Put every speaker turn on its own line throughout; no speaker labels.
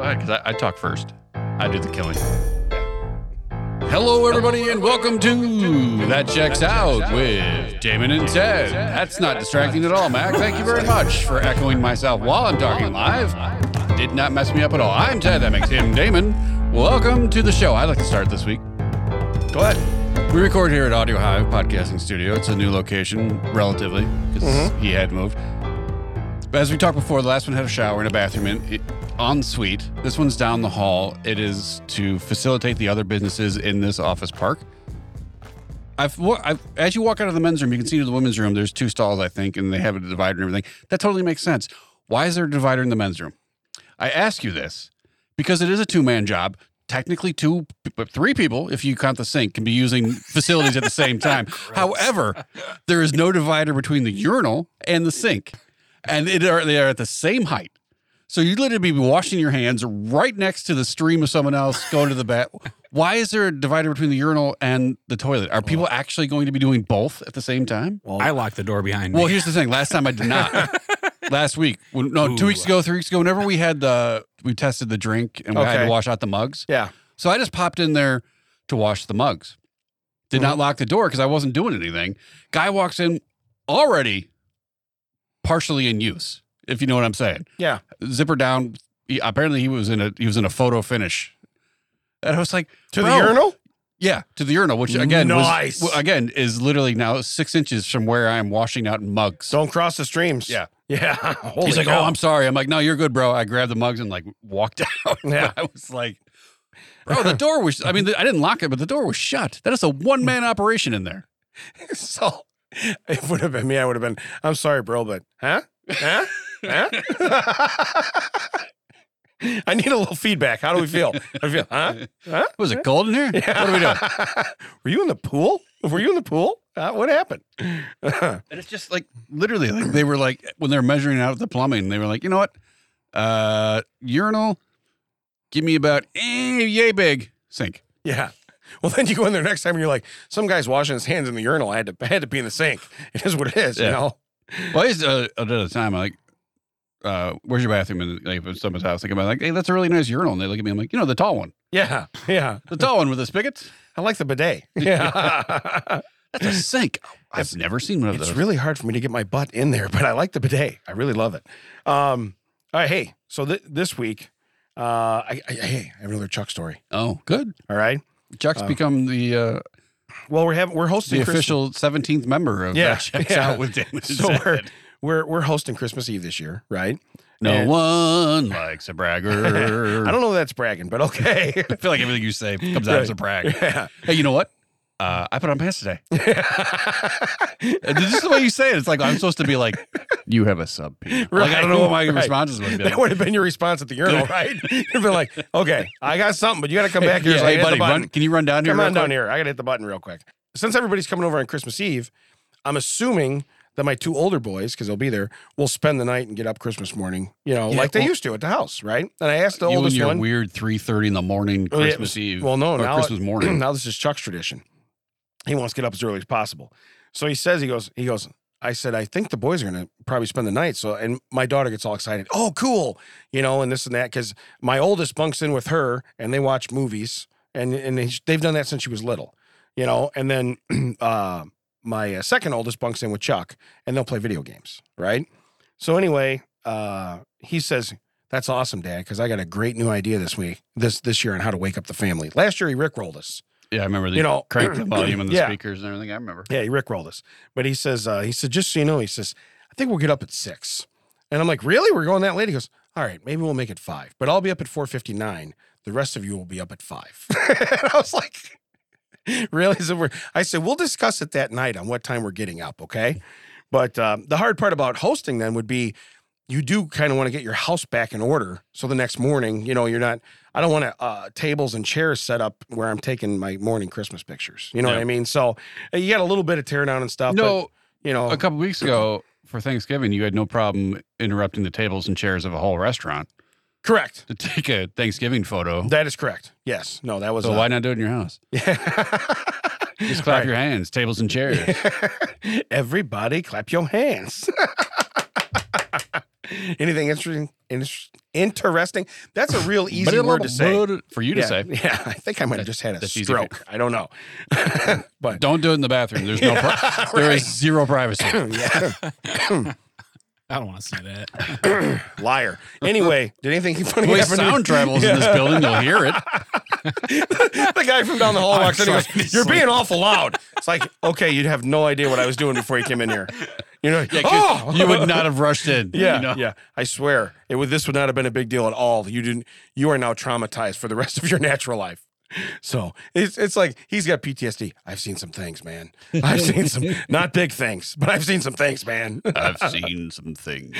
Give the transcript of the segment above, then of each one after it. I, cause I, I talk first. I do the killing. Hello, everybody, and welcome to That Checks Out with Damon and Ted. That's not distracting at all, Mac. Thank you very much for echoing myself while I'm talking live. Did not mess me up at all. I'm Ted. That makes him Damon. Welcome to the show. I'd like to start this week. Go ahead. We record here at Audio Hive Podcasting Studio. It's a new location, relatively, because he had moved. But as we talked before, the last one had a shower and a bathroom in it, en suite. This one's down the hall. It is to facilitate the other businesses in this office park. I've, wa- I've as you walk out of the men's room, you can see to the women's room. There's two stalls, I think, and they have a divider and everything. That totally makes sense. Why is there a divider in the men's room? I ask you this because it is a two man job. Technically, two, but three people, if you count the sink, can be using facilities at the same time. However, there is no divider between the urinal and the sink, and it are, they are at the same height. So you literally be washing your hands right next to the stream of someone else going to the bat. Why is there a divider between the urinal and the toilet? Are people actually going to be doing both at the same time?
I locked the door behind me.
Well, here's the thing. Last time I did not. Last week, when- no, two
Ooh.
weeks ago, three weeks ago, whenever we had the we tested the drink and we had
Okay.
to wash out the mugs.
Yeah.
So I just popped in there to wash the mugs. Did
Mm-hmm.
not lock the door because I wasn't doing anything. Guy walks in already partially in use, if you know what I'm saying.
Yeah.
Zipper down. He, apparently he was in a he was in a photo finish. And I was like,
To
"Bro,
the urinal?
yeah, to the urinal, which again, was-
Nice.
w- again is literally now six inches from where I am washing out mugs.
Don't cross the streams.
Yeah.
Yeah. Holy
He's like,
cow.
"Oh, I'm sorry." I'm like, "No, you're good, bro." I grabbed the mugs and like walked out.
Yeah.
I was like, "Bro, the door was. I mean, I didn't lock it, but the door was shut. That is a one man operation in there."
so it would have been me. I would have been, I'm sorry, bro, but huh? Huh? huh? I need a little feedback. How do we feel? How do we feel? Huh?
Was it cold in here? What are we doing?
doing? Were you in the pool? Were you in the pool? Uh, what happened?
And it's just like literally, like they were like when they were measuring out the plumbing, they were like, "You know what? Uh, urinal, give me about eh, yay big sink."
yeah. Well, then you go in there next time and you're like, some guy's washing his hands in the urinal. I had to, I had to be in the sink. It is what it is,
Yeah.
you know?
Well, I used to, uh, at the time, I like, uh, where's your bathroom? And like, if it's someone's house, like, I'm like, hey, that's a really nice urinal. And they look at me, I'm like, you know, the tall one,
Yeah. Yeah.
the tall one with the spigot.
I like the bidet. Yeah.
That's a sink. Oh, I've never seen one of
It's
those.
really hard for me to get my butt in there, but I like the bidet. I really love it. Um, all right, hey, so th- this week, uh, I, I, hey, I have another Chuck story.
oh, good.
All right.
Chuck's
Uh,
become the uh,
Well, we're having we're hosting
the
Christmas-
official 17th member of
Yeah,
that checks
yeah.
out with Damon.
So
and
we're,
Ted.
we're we're hosting Christmas Eve this year, right?
no
and-
one likes a bragger.
I don't know if that's bragging, but okay.
I feel like everything you say comes out as a brag.
yeah.
Hey, you know what? Uh, I put on pants today. And This is the way you say it. It's like I'm supposed to be like, you have a sub. Right, like I don't know what my
Right, right.
responses would be.
That would have been your response at the urinal, right? You'd have been like, okay, I got something, but you got to come back here.
Yeah,
so I
hey,
hit the
buddy,
button.
run, can you run down here?
Come
real
on down
quick?
here. I gotta hit the button real quick. Since everybody's coming over on Christmas Eve, I'm assuming that my two older boys, because they'll be there, will spend the night and get up Christmas morning, you know,
Yeah,
like they
well-
used to at the house, right? And I asked the
you and
oldest
your
one.
weird 3.30 in the morning
Oh, yeah, it
Christmas
was-
Eve.
Well, no,
or
now,
Christmas morning.
now this is Chuck's tradition. He wants to get up as early as possible. So he says, he goes, he goes, I said, I think the boys are going to probably spend the night. So, and my daughter gets all excited. Oh, cool. You know, and this and that. Cause my oldest bunks in with her and they watch movies and, and they, they've done that since she was little, you know, and then, uh, my uh, second oldest bunks in with Chuck and they'll play video games. Right. So anyway, uh, he says, that's awesome, Dad, because I got a great new idea this week, this this year on how to wake up the family. Last year he rickrolled us.
yeah, I remember. They
you know,
cranked the volume and the
yeah.
speakers and everything. I remember.
Yeah, he rickrolled us. But he says, uh, he said, just so you know, he says, I think we'll get up at six. And I'm like, really? We're going that late? He goes, all right, maybe we'll make it five, but I'll be up at 4.59. The rest of you will be up at five. and I was like, really? So we're, I said, we'll discuss it that night on what time we're getting up, okay? But um, the hard part about hosting then would be you do kind of want to get your house back in order. So the next morning, you know, you're not, I don't want to, uh, tables and chairs set up where I'm taking my morning Christmas pictures. You know what
Yeah.
I mean? So uh, you got a little bit of tear down and stuff.
no,
Uh, but, oh. you know,
a couple weeks ago for Thanksgiving, you had no problem interrupting the tables and chairs of a whole restaurant
correct.
to take a Thanksgiving photo.
That is correct. Yes. No, that was
so
uh,
why not do it in your house? Just clap
Right.
your hands, tables and chairs.
Everybody clap your hands. Anything interesting? inter- Interesting. That's a real easy
But-
word to say.
For you to
yeah,
say.
Yeah, I think I might have just had a
That's easy.
stroke. I don't know. but
Don't do it in the bathroom. There's no. Pri- There is zero privacy.
yeah,
I don't want to see that.
liar. Anyway, did anything funny
The way
happen? to-
sound travels in this building, you'll hear it.
the guy from down the hall
I'm
walks in and
trying
goes,
to
You're
sleep."
being awful loud. It's like, okay, you'd have no idea what I was doing before you came in here. You know,
Yeah, 'cause
oh,
you would not have rushed in.
Yeah,
you know?
yeah. I swear, it would. This would not have been a big deal at all. You didn't. You are now traumatized for the rest of your natural life. So it's it's like he's got PTSD. I've seen some things, man. I've seen some not big things, but I've seen some things, man.
I've seen some things.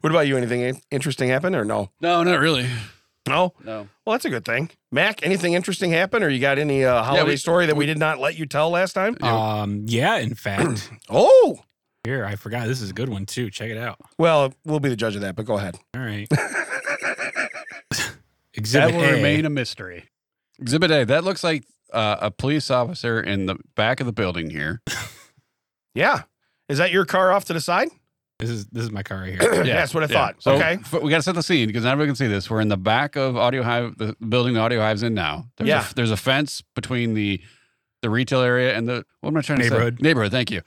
what about you? Anything in- interesting happen or no?
No, not really.
No.
No.
Well, that's a good thing. Mac, anything interesting happen or you got any uh, holiday
we-
story that we, did not let you tell last time?
Oh.
Um, yeah, in fact,
oh.
here I forgot. This is a good one too. Check it out.
Well, we'll be the judge of that, but go ahead.
All right.
That
Exhibit
will
A.
remain a mystery. Exhibit A. That looks like uh, a police officer in the back of the building here.
Yeah. Is that your car off to the side?
This is this is my car right here.
Yeah, that's what I thought.
So
Okay.
f- we got to set the scene because not everyone can see this. We're in the back of Audio Hive, the building the Audio Hive's in now. There's
Yeah.
A, there's a fence between the the retail area and the what am I trying to
Neighborhood.
say? Neighborhood. Thank you.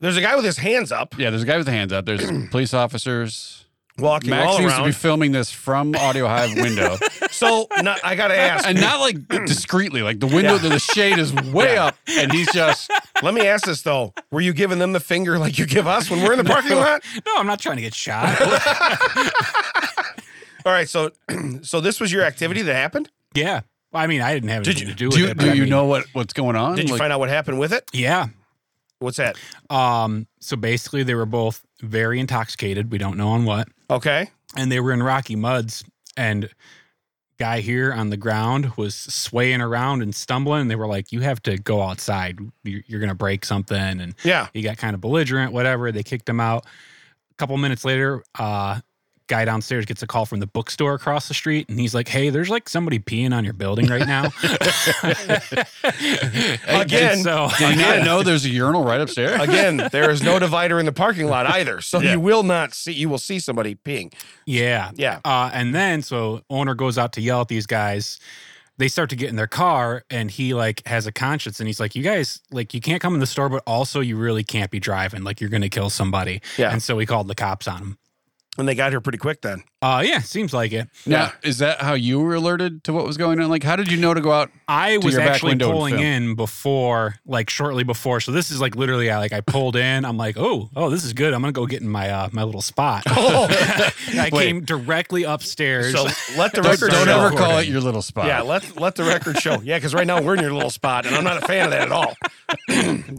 There's a guy with his hands up
Yeah. There's a guy with the hands up. There's police officers.
walking
Max
all
seems to
around.
be filming this from Audio Hive window,
so not, I got to ask.
and not like discreetly. Like the window,
Yeah.
the, the shade is way
Yeah.
up, and he's just
let me ask this though: Were you giving them the finger like you give us when we're in the parking lot?
No, I'm not trying to get shot.
All right. So, so this was your activity that happened.
yeah. Well, I mean, I didn't have
Did
anything
you-
to do with
do,
it. but
do
I
you
mean,
know what what's going on?
Did you
Like,
find out what happened with it?
Yeah.
What's that?
Um. So basically, they were both very intoxicated. We don't know on what,
Okay.
and they were in rocky muds. And guy here on the ground was swaying around and stumbling. And they were like, "You have to go outside. You're, you're gonna break something." And
Yeah.
he got kind of belligerent. Whatever. They kicked him out. A couple minutes later, uh, guy downstairs gets a call from the bookstore across the street, and he's like, "Hey, there's like somebody peeing on your building right now." And
Again.
so
Did you not know there's a urinal right upstairs?
Again, there is no divider in the parking lot either, so
Yeah.
you will not see. You will see somebody peeing.
yeah,
Yeah.
Uh, and then so owner goes out to yell at these guys. They start to get in their car, and he like has a conscience, and he's like, "You guys, like, you can't come in the store, but also you really can't be driving. Like, you're gonna kill somebody."
Yeah.
And so he called the cops on him.
And they got here pretty quick then.
Uh, yeah, seems like it.
Now, is that how you were alerted to what was going on? Like, how did you know to go out?
I was
your back
actually
window and
pulling
film.
in before, like shortly before. So this is like literally, I like I pulled in. I'm like, oh, oh, this is good. I'm gonna go get in my uh, my little spot.
Oh.
I
Wait.
came directly upstairs.
So let the
Don't,
record
don't
show.
ever call it your little spot.
Yeah, let let the record show. Yeah, because right now we're in your little spot, and I'm not a fan of that at all.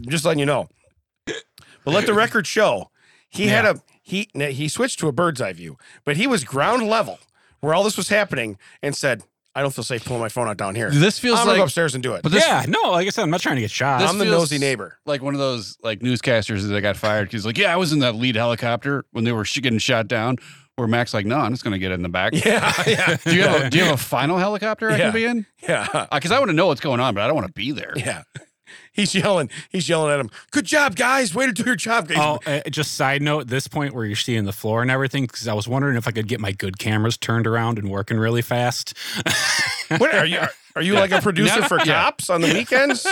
Just letting you know. But let the record show. He had a he now, he switched to a bird's eye view, but he was ground level where all this was happening, and said, "I don't feel safe pulling my phone out down here.
This
I'm
feels
gonna go
like
upstairs and do it.
but this-
yeah, no, like I said, I'm not trying to get shot.
this
I'm the
feels-
nosy neighbor."
like one of those like newscasters that got fired because like yeah, I was in that lead helicopter when they were sh- getting shot down. Where Max like no, I'm just gonna get in the back.
Yeah, yeah,
Do you have a, do you have a final helicopter I
Yeah.
can be in?
yeah,
Because I want to know what's going on, but I don't want to be there.
yeah. He's yelling. He's yelling at him. Good job, guys. Way to do your job, guys.
Oh, uh, just side note, this point where you're seeing the floor and everything, because I was wondering if I could get my good cameras turned around and working really fast.
What are you? Are, are you like a producer
Now-
for
yeah.
cops on the weekends?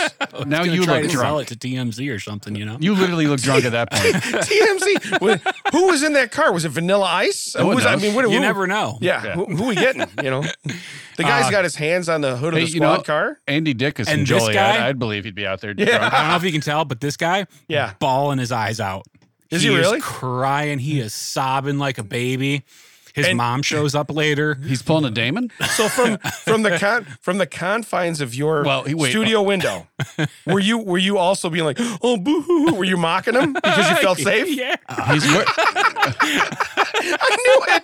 Now you
try
look
to sell
drunk.
it to TMZ or something, you know?
You literally look drunk at that point.
TMZ. Wait, who was in that car? Was it Vanilla Ice?
No
who
one
was, I
knows.
mean, what,
You
who-
never know.
Yeah,
Yeah.
Who, who we getting? You know, the guy's
Uh,
got his hands on the hood of
hey,
the
you know-
squad car.
Andy Dick is
And
from
this
Joliet.
guy-
I'd believe he'd be out there.
Yeah.
Drunk.
I don't know if you can tell, but this guy,
Yeah.
bawling his eyes out.
Is he really?
crying? He is sobbing like a baby. His
And-
mom shows up later.
He's pulling a Damon.
So from from the con, from the confines of your
Well, he- wait.
studio window, were you were you also being like, oh boo hoo? hoo," Were you mocking him because you felt safe?
Yeah.
He's wear-
I knew it.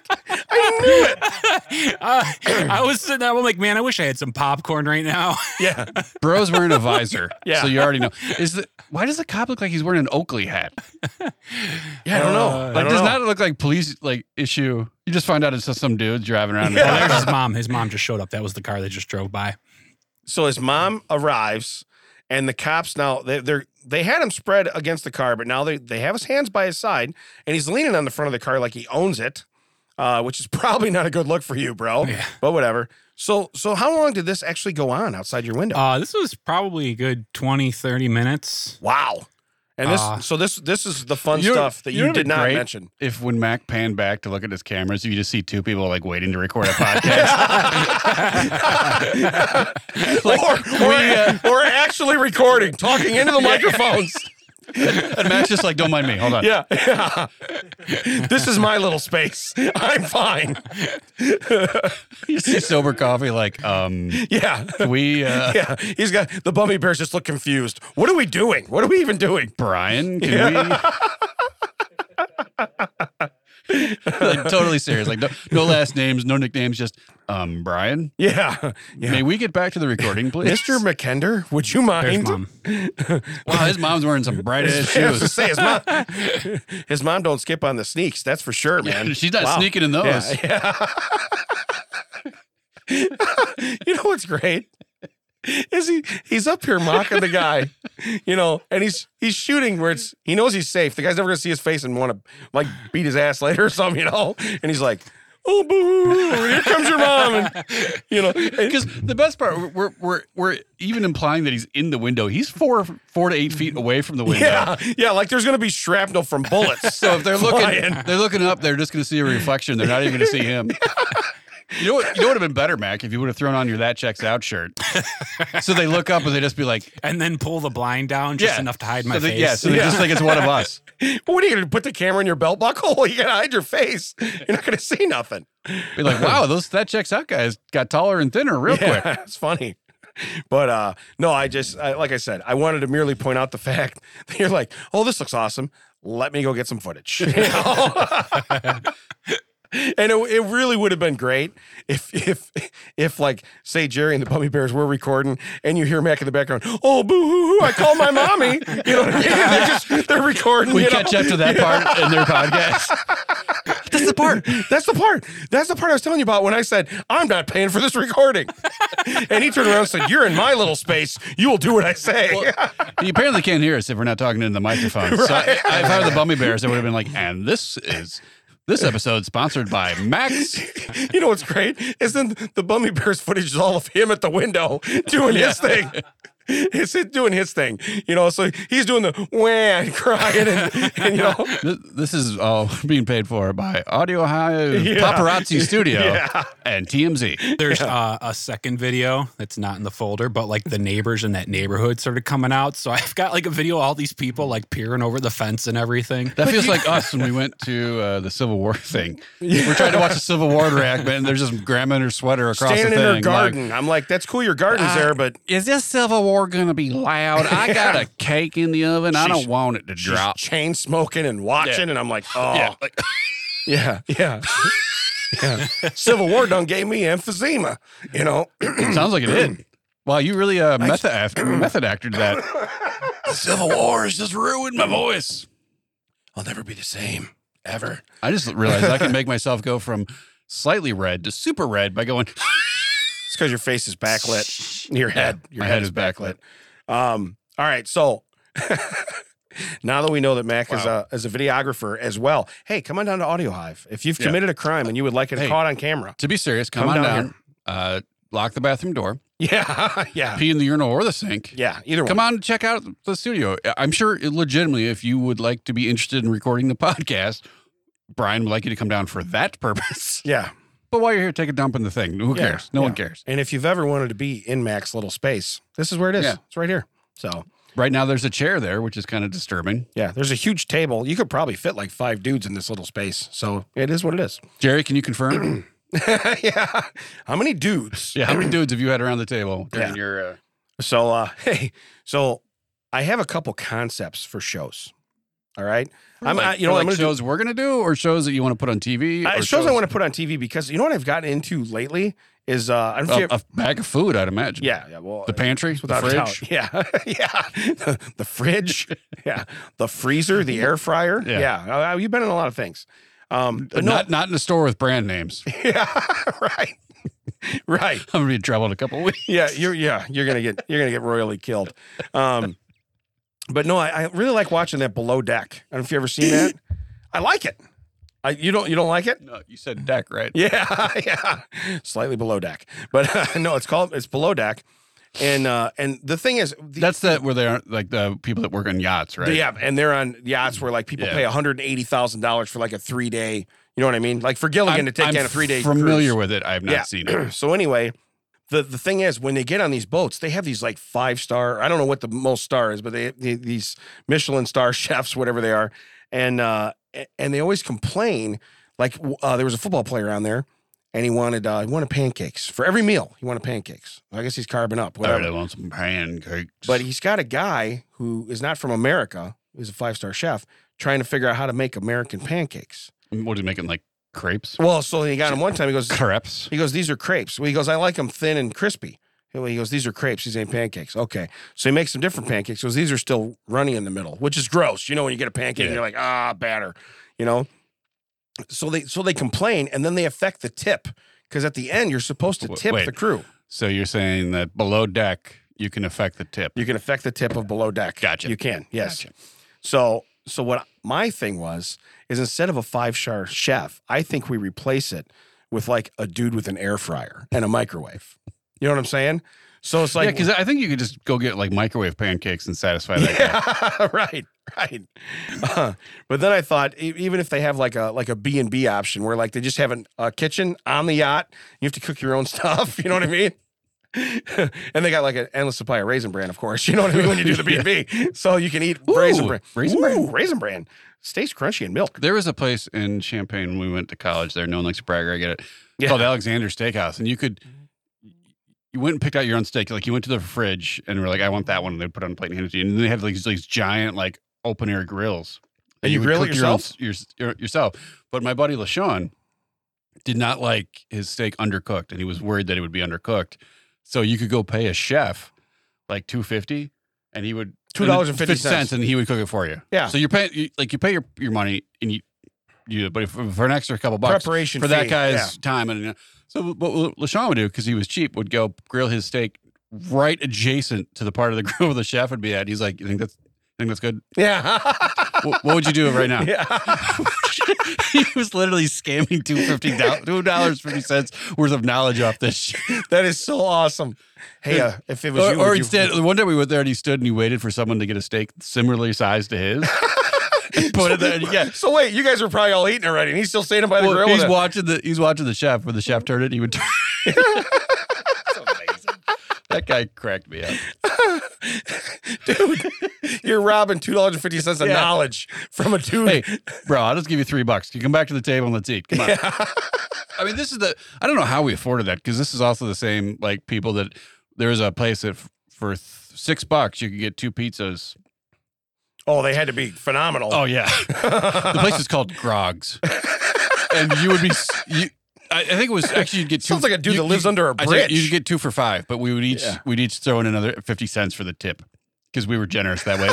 I knew it.
Uh, I was sitting there. I'm like, man, I wish I had some popcorn right now.
Yeah,
Bro's wearing a visor.
Yeah.
So you already know. Is the why does the cop look like he's wearing an Oakley hat?
yeah. I don't know.
Uh,
I
Like
don't
does
know.
not look like police like issue. You just find out it's just some dude driving around. in a
Oh,
car.
there's his mom. His mom just showed up. That was the car that just drove by.
So his mom arrives And the cops now they they're, they had him spread against the car, but now they they have his hands by his side, and he's leaning on the front of the car like he owns it, uh, which is probably not a good look for you, bro.
Yeah.
But whatever. So so how long did this actually go on outside your window?
Uh, this was probably a good 20, 30 minutes.
wow. And this
uh,
so this this is the fun
you know-
stuff that
you
you,
know
did
what'd be
not
great?
mention.
If when Mac panned back to look at his cameras, you just see two people like waiting to record a podcast.
or, or,
uh,
or actually recording, talking into the microphones.
and Mac's just like, don't mind me. Hold on.
Yeah. yeah. this is my little space. I'm fine.
You see sober coffee like, um,
Yeah.
we, uh,
Yeah. He's got the bummy bears just look confused. What are we doing? What are we even doing?
Brian, can we? like, totally serious. Like no, no last names, no nicknames, just um Brian.
Yeah. Yeah.
May we get back to the recording, please?
Mr. McKender, would you
There's
mind?
mom.
Wow, his mom's wearing some bright ass
I was gonna
shoes.
say, his mom, his mom don't skip on the sneaks. That's for sure, man.
She's not
Wow.
sneaking in those.
Yeah, yeah. you know what's great is he he's up here mocking the guy, you know, and he's he's shooting where it's he knows he's safe. The guy's never gonna see his face and want to like beat his ass later or something, you know. And he's like, "Oh boo! Here comes your mom!" And you know, and-
Because the best part, we're, we're we're even implying that he's in the window. He's four four to eight feet away from the window.
yeah, yeah, like there's gonna be shrapnel from bullets.
So if they're looking,
Flying.
they're looking up. They're just going to see a reflection. They're not even going to see him. You know what? You know what would have been better, Mac, if you would have thrown on your that checks out shirt. so they look up and they just be like,
And then pull the blind down just
yeah,
enough to hide my
so they-
face.
Yeah, so they just think it's one of us.
what are you gonna put the camera in your belt buckle? You gotta hide your face. You're not gonna see nothing.
Be like, wow, those that checks out guys got taller and thinner real
Yeah,
quick.
it's funny. But uh, no, I just I, like I said, I wanted to merely point out the fact that you're like, oh, this looks awesome. Let me go get some footage. You know? and it, it really would have been great if if if like say Jerry and the Bummy Bears were recording and you hear Mac in the background, oh boo hoo hoo, I call my mommy. You know what I mean? They're just they're recording.
We
you know?
catch up to that part in their podcast.
That's the part. That's the part. That's the part I was telling you about when I said, I'm not paying for this recording. and he turned around and said, You're in my little space. You will do what I say.
You apparently can't hear us if we're not talking into the microphone. So I, I- if I were the Bummy Bears, I would have been like, and this is this episode sponsored by Max.
you know what's great? Is then the Bummy Bears footage is all of him at the window doing his thing. It's him doing his thing. You know, so he's doing the wah and crying and, and you know.
Th- This is all being paid for by Audio Ohio
Yeah.
Paparazzi Studio
Yeah.
and TMZ.
There's uh, a second video that's not in the folder, but like the neighbors in that neighborhood started coming out. So I've got like a video of all these people like peering over the fence and everything.
That feels like us when we went to uh, the Civil War thing. We're trying to watch the Civil War reenactment, and there's just grandma in her sweater across
Standing in
the thing.
her garden. I'm like, that's cool, your garden's there, but
Is this Civil War going to be loud? I got a cake in the oven. I
She's-
don't want it to
she's
drop.
chain smoking and watching, and I'm like, oh
Yeah, like-
yeah. yeah. yeah. Civil War done gave me emphysema, you know.
Sounds like it did. Wow, you really uh, method, act- method acted that. The Civil War has just ruined my voice.
I'll never be the same ever.
I just realized I can make myself go from slightly red to super red by going.
It's because your face is backlit. Your head, your
my
head,
head
is
is
backlit. Um, all right, so now that we know that Mac is a is a videographer as well, hey, come on down to Audio Hive. If you've
Yeah.
committed a crime and you would like it
Hey.
caught on camera,
To be serious, come,
Come down
on down. Uh, lock the bathroom door.
yeah, yeah,
Pee in the urinal or the sink.
Ah. yeah. Either
Come
one.
on, check out the studio. I'm sure, it legitimately, if you would like to be interested in recording the podcast, Brian would like you to come down for that purpose.
Yeah,
But while you're here, take a dump in the thing. Who
Yeah,
cares? No one
yeah.
cares.
and if you've ever wanted to be in Mac's little space, this is where it is.
Yeah.
It's right here. So
Right now, there's a chair there, which is kind of disturbing.
yeah, there's a huge table. You could probably fit like five dudes in this little space. So it is what it is.
Jerry, can you confirm?
yeah. How many dudes?
yeah, how many dudes have you had around the table during
Yeah.
your? Uh,
So uh hey, so I have a couple concepts for shows. All right. I'm I,
like-
you know
for,
what
like
I'm gonna
shows we're gonna do, or shows that you want to put on TV,
do, I,
or
shows, I want to put on TV because you know what I've gotten into lately is uh I don't know if
a,
you-
a bag of food, I'd imagine.
yeah, yeah, well uh,
The pantry, the
without a doubt.
fridge.
Yeah. yeah. The, fridge. Yeah. The freezer, the air fryer.
Yeah.
yeah. Uh, you've been in a lot of things. Um but no,
Not not in a store with brand names.
Yeah, right. right.
I'm gonna be in trouble in a couple of weeks.
Yeah, you're yeah, you're gonna get you're gonna get royally killed. Um, but no, I, I really like watching that below deck. I don't know if you ever seen that. I like it. I, you don't you don't like it?
No, you said deck, right?
Yeah, yeah, slightly below deck, but uh, no, it's called it's below deck, and uh, and the thing is, the,
That's the where they are like the people that work on yachts, right?
yeah, and they're on yachts where like people
Yeah.
pay one hundred and eighty thousand dollars for like a three day. You know what I mean? Like for Gilligan
I'm,
to take
I'm
down a three day.
familiar with it. I have not
Yeah.
seen it.
so anyway, the the thing is, when they get on these boats, they have these like five star. I don't know what the most star is, but they, they these Michelin star chefs, whatever they are, and uh, a- and they always complain. Like w- uh, there was a football player on there, and he wanted uh, he wanted pancakes for every meal. He wanted pancakes. I guess he's carbon up.
I
Whatever.
really want some pancakes.
But he's got a guy who is not from America, who's a five star chef, trying to figure out how to make American pancakes.
what are you making? Like crepes?
Well, so he got him one time. He goes,
Crepes.
He goes, these are crepes. Well, he goes, I like them thin and crispy. He goes, these are crepes. These ain't pancakes. Okay. So he makes some different pancakes. He goes, these are still runny in the middle, which is gross. You know, when you get a pancake and
Yeah.
you're like, ah, batter, you know? So they so they complain and then they affect the tip. Because at the end, you're supposed to
Wait,
tip
wait.
the crew.
So you're saying that below deck you can affect the tip?
You can affect the tip of below deck.
Gotcha.
You can, yes.
Gotcha.
So so what my thing was is instead of a five star chef, I think we replace it with like a dude with an air fryer and a microwave. You know what I'm saying? So it's
yeah,
like
because I think you could just go get like microwave pancakes and satisfy that. guy.
Yeah, right, right. Uh, but then I thought, e- even if they have like a like a B and B option, where like they just have an, a kitchen on the yacht, you have to cook your own stuff. You know what I mean? and they got like an endless supply of raisin bran, of course. You know what I mean when you do the B and B, so you can eat raisin
Ooh,
bran.
Raisin Bran.
Ooh, raisin bran stays crunchy in milk.
There was a place in Champaign when we went to college there. No one likes to brag, or I get it.
Yeah.
Called Alexander Steakhouse. And you could, you went and picked out your own steak. Like you went to the fridge and were like, I want that one. And they'd put it on a plate and hand it to you. And they have these, these giant, like open air grills. that
And you
would
grill it
cook your own- your, your- yourself. But my buddy LaShawn did not like his steak undercooked and he was worried that it would be undercooked. So you could go pay a chef like 250 and he would
$2.50.
and he would cook it for you.
Yeah.
So you're paying you, like you pay your, your money and you you but if, for an extra couple bucks
Preparation
for that
fee,
guy's
yeah.
time and you know, so what LaShawn would do because he was cheap would go grill his steak right adjacent to the part of the grill where the chef would be at. He's like, you think that's you think that's good?
Yeah,
Wh- what would you do right now?
yeah.
he was literally scamming two fifty two dollars fifty cents worth of knowledge off this shit.
that is so awesome. Hey, uh, if it was
or,
you, would
or
you-
instead, one day we went there and he stood and he waited for someone to get a steak similarly sized to his. And put it there. and- Yeah.
So wait, you guys were probably all eating already, and he's still standing by the
Well,
grill.
he's
with a-
watching the he's watching the chef. When the chef turned it, he would turn. That guy cracked me up.
dude. You're robbing two dollars and fifty cents of
Yeah.
knowledge from a dude.
Hey, bro, I'll just give you three bucks. You come back to the table and let's eat. Come on.
Yeah.
I mean, this is the. I don't know how we afforded that because this is also the same like people that there was a place that f- for th- six bucks you could get two pizzas.
Oh, they had to be phenomenal.
Oh yeah, the place is called Grog's, and you would be. s- You, I, I think it was actually you'd get two.
Sounds like a dude
you-
that lives
you-
under a
I think
bridge.
you'd get two for five, but we would each
Yeah.
we'd each throw in another fifty cents for the tip because we were generous that way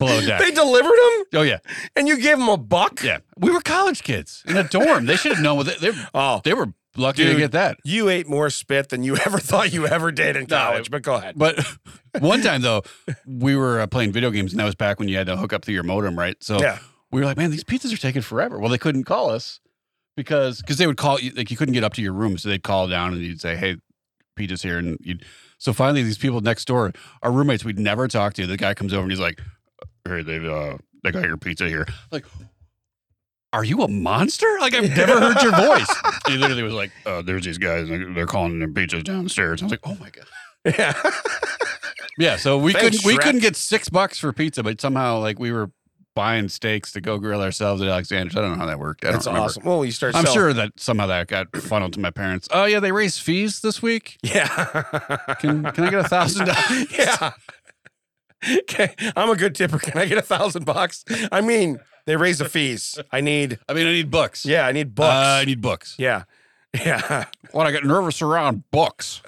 below deck.
they delivered him,
oh yeah,
and you gave him a buck.
yeah. We were college kids in a dorm. They should have known what they, they
Oh,
they were lucky
Dude.
to get that.
you ate more spit than you ever thought you ever did in
No,
college. but go ahead.
But one time though, we were uh, playing video games, and that was back when you had to hook up through your modem, right? So
Yeah.
we were like, man, these pizzas are taking forever. Well, they couldn't call us because because they would call you like you couldn't get up to your room, so they'd call down and you'd say, hey, pizza's here, and you'd so finally these people next door, our roommates we'd never talk to. The guy comes over and he's like, hey, they uh, they got your pizza here, like. Are you a monster? Like I've never heard your voice. And he literally was like, uh, "There's these guys. and They're calling their pizzas downstairs." I was like, "Oh my god!"
yeah.
Yeah, so we
Thanks,
couldn't we
Shrek.
couldn't get six bucks for pizza, but somehow like we were buying steaks to go grill ourselves at Alexander's. I don't know how that worked. I
That's
don't remember.
awesome. Well, you start.
I'm
selling-
sure that somehow that got funneled to my parents. Oh yeah, they raised fees this week.
Yeah.
Can can I get a thousand dollars?
yeah. Okay, I'm a good tipper. Can I get a thousand bucks? I mean, they raise the fees. I need.
I mean, I need books.
Yeah, I need
Uh,
books.
I need books.
yeah. Yeah.
When I get nervous around books,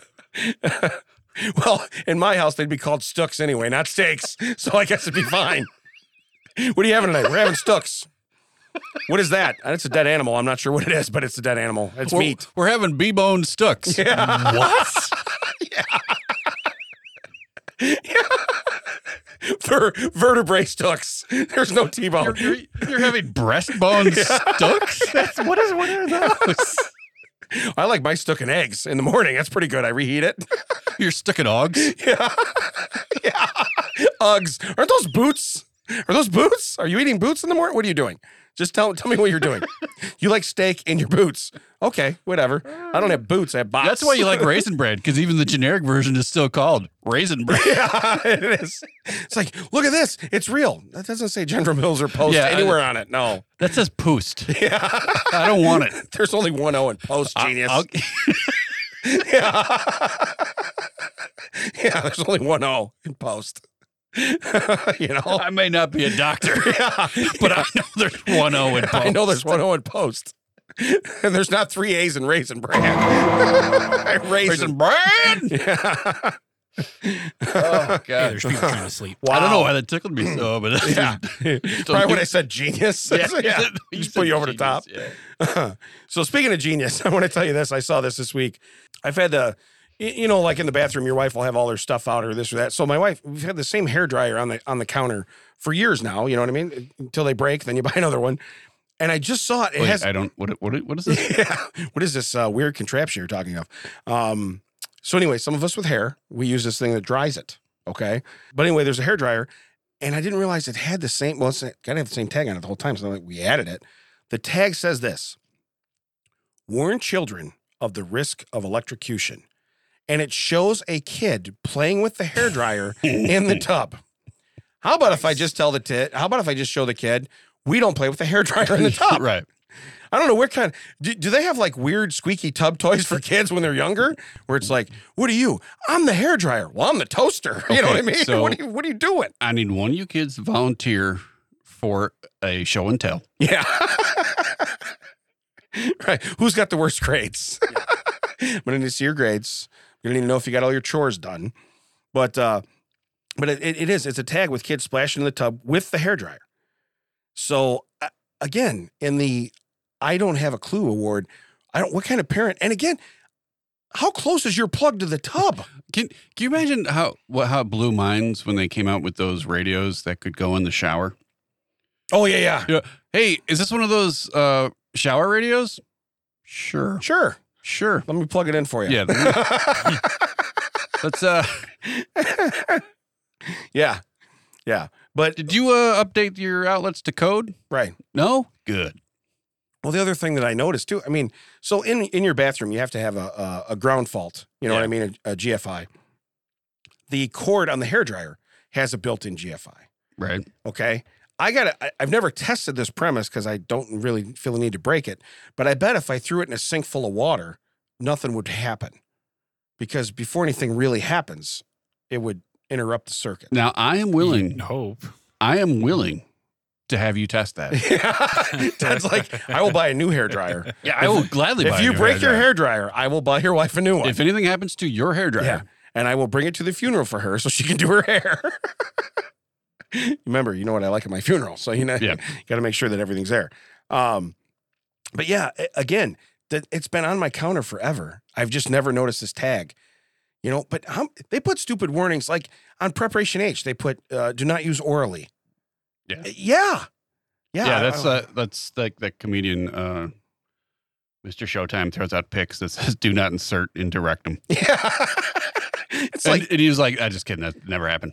Well, in my house, they'd be called stooks anyway, not steaks. So I guess it'd be fine. What are you having tonight? We're having stooks. What is that? Uh, It's a dead animal. I'm not sure what it is, but it's a dead animal. It's
We're,
meat.
we're having B-bone stooks.
What? yeah. Ver- vertebrae stooks. There's no T-bone.
You're, you're, you're having breastbone stooks? That's, what is what are those?
I like my stuck and eggs in the morning. That's pretty good. I reheat it.
you're stuck in ogs?
yeah. yeah. Uggs. Are those boots? Are those boots? Are you eating boots in the morning? What are you doing? Just tell tell me what you're doing. you like steak in your boots. Okay, whatever. I don't have boots. I have bots.
That's why you like raisin bread, because even the generic version is still called raisin bread.
yeah, it is. It's like, look at this. It's real. That doesn't say General Mills or Post
Yeah, I-
anywhere on it. No.
That says poost. I don't want it.
There's only one O in Post,
I-
genius.
Uh, I'll-
yeah. yeah, there's only one O in Post. you know?
I may not be a doctor,
Yeah.
but I know there's one O in
I know
both.
there's one O in Post. and there's not three A's in Raisin Bran.
raisin
raisin.
bread.
Yeah.
Oh
Hey,
god.
there's people trying to sleep.
I don't know why that tickled me so, but that's
Yeah. Probably when I said genius.
Yeah,
yeah.
said-
Just
said
put you over the
genius,
top.
yeah.
so speaking of genius, I want to tell you this. I saw this this week. I've had the, y- you know, like in the bathroom, your wife will have all her stuff out or this or that. So my wife, we've had the same hair dryer on the on the counter for years now. You know what I mean? Until they break, then you buy another one. And I just saw it. It
Wait,
has
I don't. What? What? What is this?
yeah. What is this uh, weird contraption you're talking of? Um, so anyway, some of us with hair, we use this thing that dries it. Okay. But anyway, there's a hair dryer, and I didn't realize it had the same. Well, it's got to have the same tag on it the whole time. So I'm like, we added it. The tag says this: warn children of the risk of electrocution, and it shows a kid playing with the hair dryer in the tub. How about if I just tell the tit? How about if I just show the kid we don't play with the hair dryer in the tub?
right.
I don't know what kind. Do, do they have like weird squeaky tub toys for kids when they're younger? Where it's like, what are you? I'm the hair dryer. Well, I'm the toaster. you know
Okay,
what I mean?
so-
what, are you, what are you doing?
I need one of you kids to volunteer for a show and tell.
Yeah. right. Who's got the worst grades? I'm gonna need to see your grades. I'm gonna need to know if you got all your chores done. But uh, but it, it, it is. It's a tag with kids splashing in the tub with the hair dryer. So uh, again, in the I don't have a clue award. I don't. What kind of parent? And again, how close is your plug to the tub?
Can Can you imagine how what how it blew minds when they came out with those radios that could go in the shower?
Oh yeah, yeah.
Hey, is this one of those uh, shower radios? Sure,
Sure.
sure.
Let me plug it in for you.
Yeah. Let's. Uh,
yeah. Yeah. But
did you uh, update your outlets to code?
right.
No. Good.
Well, the other thing that I noticed too, I mean, so in in your bathroom, you have to have a a, a ground fault. You know what
Yeah.
I mean? A, a GFI. The cord on the hair dryer has a built-in GFI.
Right.
Okay. I got to I've never tested this premise because I don't really feel the need to break it. But I bet if I threw it in a sink full of water, nothing would happen. Because before anything really happens, it would interrupt the circuit.
Now I am willing.
You'd Hope.
I am willing to have you test that.
That's like, I will buy a new hair dryer.
yeah, I will gladly.
If
buy
you
a new
break your
dryer.
hair dryer, I will buy your wife a new one.
if anything happens to your hair dryer,
Yeah. And I will bring it to the funeral for her so she can do her hair. Remember, you know what I like at my funeral. So, you know,
Yeah.
got to make sure that everything's there. Um, but yeah, a- again, that it's been on my counter forever. I've just never noticed this tag, you know, but how, they put stupid warnings like on preparation H, they put, uh, do not use orally. Uh,
Yeah.
Yeah. Yeah.
yeah,
I-
that's
I-
uh, that's like that comedian uh, Mr. Showtime throws out pics that says "Do not insert into rectum."
yeah. it's
and,
like,
and he was like, "I just kidding, that never happened,"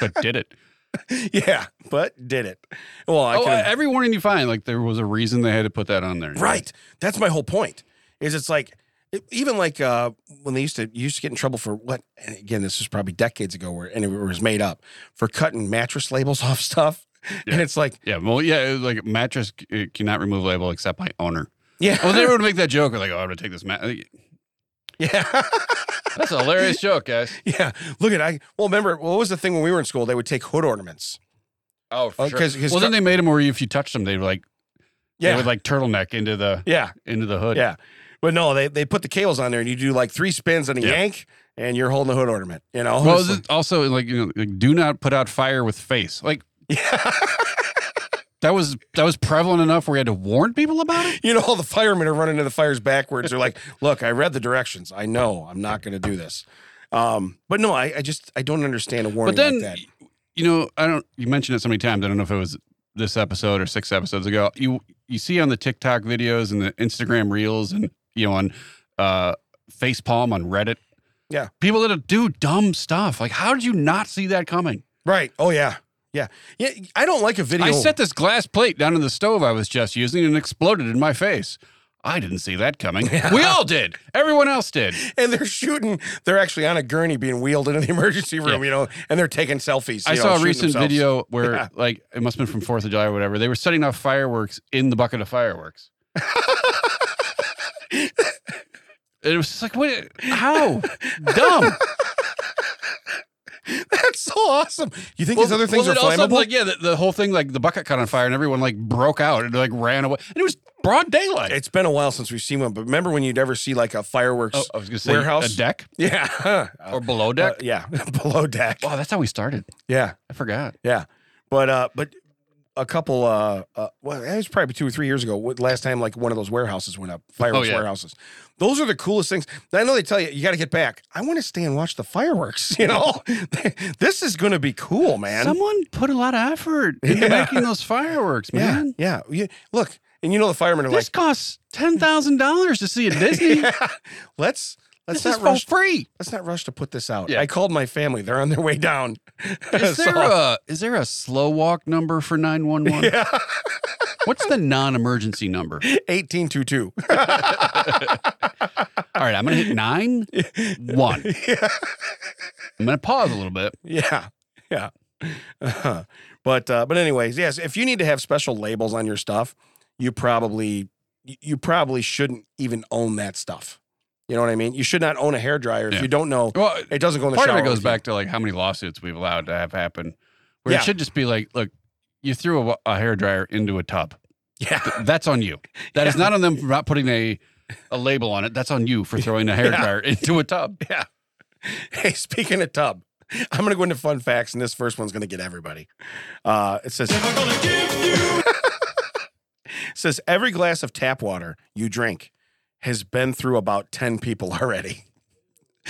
but did it?
yeah, but did it. Well, I
oh,
can.
every warning you find, like there was a reason they had to put that on there.
Right. That's my whole point. Is it's like it- even like uh, when they used to you used to get in trouble for what? And again, this was probably decades ago, where and it was made up for cutting mattress labels off stuff. And
Yeah.
it's like,
Yeah. Well, yeah. It was like mattress c- it cannot remove label except by owner.
yeah,
Well, they would make that joke. Like, oh, I'm gonna take this mat.
yeah,
That's a hilarious joke, guys.
yeah. Look at I. Well, remember what was the thing when we were in school? They would take hood ornaments.
Oh,
Oh,
sure.
'cause- 'cause
Well, then
co-
they made them where if you touched them, they were like they
Yeah,
would like turtleneck into the
yeah,
into the hood.
yeah. But no, they they put the cables on there, and you do like three spins and a
Yeah.
yank, and you're holding the hood ornament. You know.
Well,
It's
is it also like you know, like, do not put out fire with face. Like
like-
That was that was prevalent enough where we had to warn people about it.
You know, all the firemen are running to the fires backwards. They're like, look, I read the directions. I know I'm not going to do this. Um, but no, I, I just, I don't understand a warning
But then,
like that.
you know, I don't. You mentioned it so many times. I don't know if it was this episode or six episodes ago. You you see on the TikTok videos and the Instagram reels and you know on uh, FacePalm on Reddit.
Yeah.
people that do dumb stuff. Like, how did you not see that coming?
Right. Oh, yeah. Yeah. Yeah. I don't like a video.
I set this glass plate down in the stove I was just using and it exploded in my face. I didn't see that coming. We all did. Everyone else did.
and they're shooting. They're actually on a gurney being wheeled into the emergency room, you know, and they're taking selfies.
I
you know,
saw a
shooting
recent
themselves.
video where,
Yeah.
like, it must have been from Fourth of July or whatever. They were setting off fireworks in the bucket of fireworks. it was just like, what? How dumb?
That's so awesome. You think these other things
well,
are
it also,
flammable?
Like, yeah, the, the whole thing, like, the bucket caught on fire and everyone like broke out and like ran away, and it was broad daylight.
it's been a while since we've seen one, but remember when you'd ever see like a fireworks?
Oh, I was gonna say
Warehouse?
a deck
Yeah. Huh.
or below
Uh,
deck.
yeah. Below deck.
Wow, that's how we started.
Yeah.
I forgot.
Yeah. But uh but a couple uh, uh well that was probably two or three years ago wa- last time like one of those warehouses went up fireworks
Oh, yeah.
warehouses those are the coolest things i know they tell you you got to get back i want to stay and watch the fireworks you know this is gonna be cool man
Someone put a lot of effort into
Yeah.
making those fireworks,
yeah
man.
yeah You- look and you know the firemen are
This costs ten thousand dollars to see a
like
Disney.
yeah, let's let's
this is
not rush
for free.
let's not rush to put this out
Yeah.
i called my family they're on their way down
Is
So-
there a is there a slow walk number for nine one one?
yeah
What's the non emergency number?
1822
All right, I'm gonna hit nine one. I'm gonna pause a little bit.
Yeah, yeah. but uh, but anyways, yes. If you need to have special labels on your stuff, you probably you probably shouldn't even own that stuff. You know what I mean? You should not own a hair dryer if
Yeah.
you don't know.
Well,
It doesn't go in the
part of
shower.
it goes
with you.
back to like how many lawsuits we've allowed to have happen. Where
Yeah.
it should just be like, look, you threw a, wa- a hairdryer into a tub.
Yeah,
That's on you. That is not on them for not putting a a label on it. That's on you for throwing a hairdryer into a tub.
yeah. Hey, speaking of tub, I'm gonna go into fun facts, and this first one's gonna get everybody. Uh, it says. It Says every glass of tap water you drink has been through about 10 people already.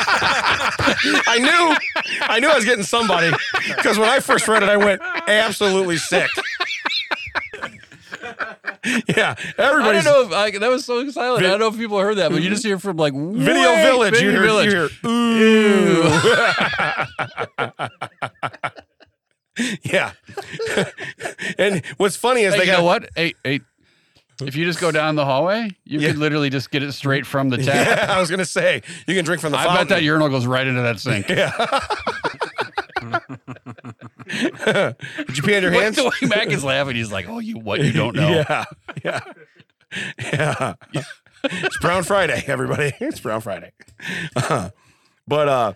I knew, I knew I was getting somebody because when I first read it, I went absolutely sick. yeah,
I
everybody's
don't know if I, that was so silent.
Vid-
I don't know if people heard that, but you just hear from like
Video
way-
Village.
Video
you hear,
Village.
You hear, ooh. yeah. and what's funny is
Hey,
they
you
got
know what? Hey, hey, if you just go down the hallway, you
Yeah.
could literally just get it straight from the tap.
Yeah, I was gonna say you can drink from the
I
fountain.
bet that urinal goes right into that sink.
Did you pee on your hands?
the way Mac is laughing, he's like, "Oh, you what? You don't know?
Yeah, yeah, yeah. it's Brown Friday, everybody. It's Brown Friday. Uh, but uh,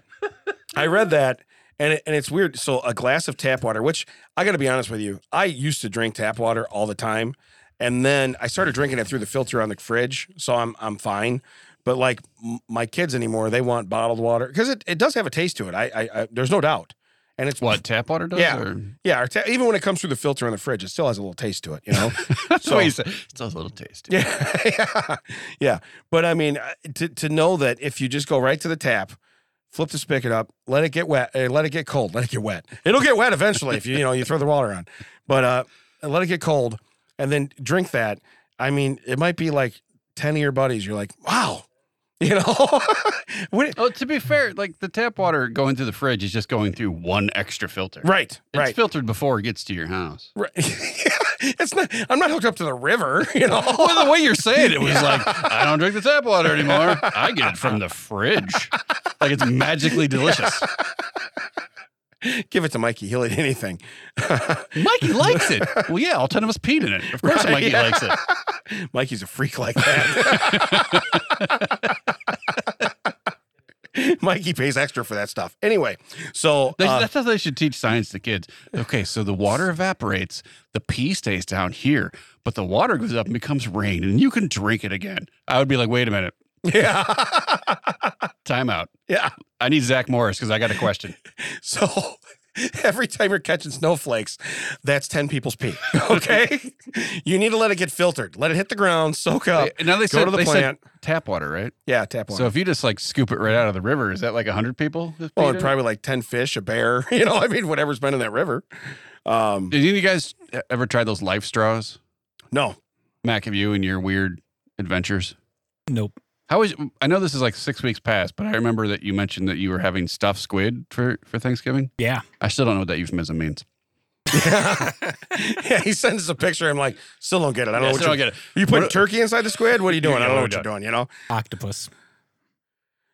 I read that, and it, and it's weird. So a glass of tap water, which I got to be honest with you, I used to drink tap water all the time, and then I started drinking it through the filter on the fridge, so I'm I'm fine. But like m- my kids anymore, they want bottled water because it, it does have a taste to it. I, I, I there's no doubt, and it's
What tap water does?
Yeah.
Or?
yeah. Or ta- even when it comes through the filter on the fridge, it still has a little taste to it, you know.
That's
So-
what he said. It does a little taste.
Yeah, yeah, yeah. But I mean, uh, to to know that if you just go right to the tap, flip the spigot up, let it get wet, uh, let it get cold, let it get wet. It'll get wet eventually if you you know you throw the water on, but uh, let it get cold and then drink that. I mean, it might be like ten of your buddies. You're like, wow, you know, What-
Oh, to be fair, like the tap water going through the fridge is just going through one extra filter.
right,
It's
right.
filtered before it gets to your house.
right. it's not. I'm not hooked up to the river, you know.
Well, the way you're saying it was like, I don't drink the tap water anymore. I get it from the fridge. Like it's magically delicious.
Give it to Mikey. He'll eat anything.
Mikey likes it. Well, yeah, all 10 of us peed in it. Of course
Right,
Mikey
yeah.
likes it.
Mikey's a freak like that. Mikey pays extra for that stuff. Anyway, so
They-
uh,
that's how they should teach science to kids. Okay, so the water evaporates, the pee stays down here, but the water goes up and becomes rain, and you can drink it again. I would be like, wait a minute,
yeah,
time out.
yeah.
I need Zach Morris because I got a question.
So Every time you're catching snowflakes, that's 10 people's pee. Okay. you need to let it get filtered. Let it hit the ground, soak up.
And now they
Go
said,
to the
they said
plant.
tap water, right?
Yeah, tap water.
So if you just like scoop it right out of the river, is that like hundred people? just
well,
peed
and
in it?
probably like 10 fish, a bear, you know, I mean, whatever's been in that river. Um,
Did any of you guys e-, ever try those life straws?
no.
Mac, have you and your weird adventures?
Nope.
How is? I know this is like six weeks past, but I remember that you mentioned that you were having stuffed squid for for Thanksgiving.
Yeah.
I still don't know what that euphemism means.
yeah, he sends us a picture. I'm like, still don't get it. I don't know what you're
get it.
You putting
What-
turkey inside the squid? What are you doing? I don't know what you're doing, you know?
Octopus.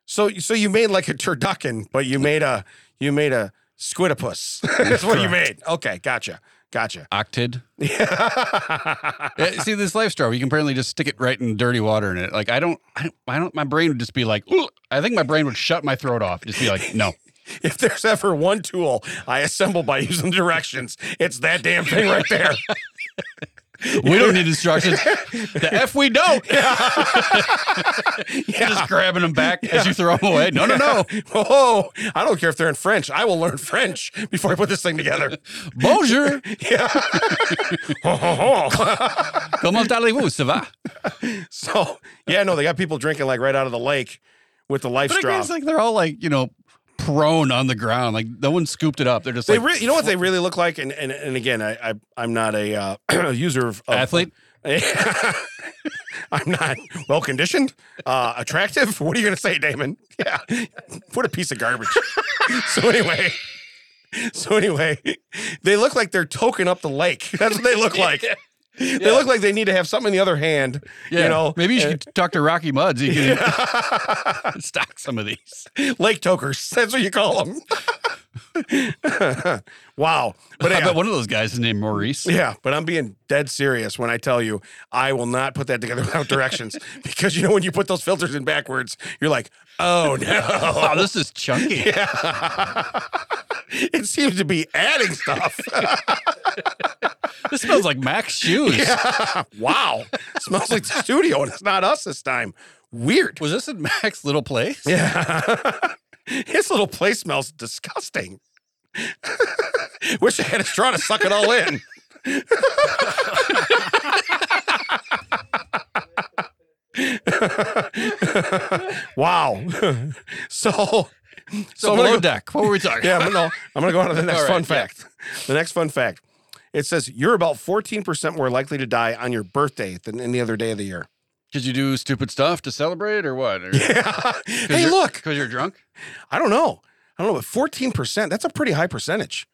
So so you made like a turducken, but you made a you made a squidopus. That's what you made. Okay, gotcha. Gotcha.
Octid.
Yeah.
Yeah, See this life straw, you can apparently just stick it right in dirty water in it. Like I don't, I don't, I don't. My brain would just be like, Ooh. I think my brain would shut my throat off. Just be like, no.
if there's ever one tool I assemble by using directions, it's that damn thing right there.
We don't need instructions. The F we don't. You're
Yeah.
Just grabbing them back as you throw them away. No, no, no.
Oh, I don't care if they're in French. I will learn French before I put this thing together.
Bonjour.
Yeah. Ho, ho, ho.
Comment allez-vous? Ça va?
so, yeah, no, they got people drinking like right out of the lake with the life
But I
straw.
guess like they're all like, you know, prone on the ground. Like no one scooped it up. They're just
They
like
re- you know what they really look like, and and, and again, I, I I'm not a uh, a user of, of
athlete.
I'm not well conditioned, uh, attractive. What are you going to say, Damon? Yeah, what a piece of garbage. so anyway, so anyway, they look like they're toking up the lake. That's what they look like. They look like they need to have something in the other hand.
Yeah.
You know, eh.
Maybe you should talk to Rocky Muds. You can stock some of these.
lake tokers. That's what you call them. wow, but
But I
yeah.
bet one of those guys is named Maurice.
Yeah, but I'm being dead serious when I tell you I will not put that together without directions because you know when you put those filters in backwards, you're like, oh no.
Wow, this is chunky.
Yeah. it seems to be adding stuff.
This smells like Mac's shoes.
wow. Smells like the studio and it's not us this time. Weird.
Was this in Mac's little place?
Yeah. His little place smells disgusting. Wish I had a straw to suck it all in. wow. so, so,
So
I'm
below
gonna go-
deck. What were we talking?
yeah, but no, I'm gonna go on to the next
All right,
fun
yeah.
fact. The next fun fact. It says you're about 14% more likely to die on your birthday than any other day of the year.
Did you do stupid stuff to celebrate or what? Or,
Yeah. Hey, look.
because you're drunk.
I don't know. I don't know, but fourteen percent—that's a pretty high percentage.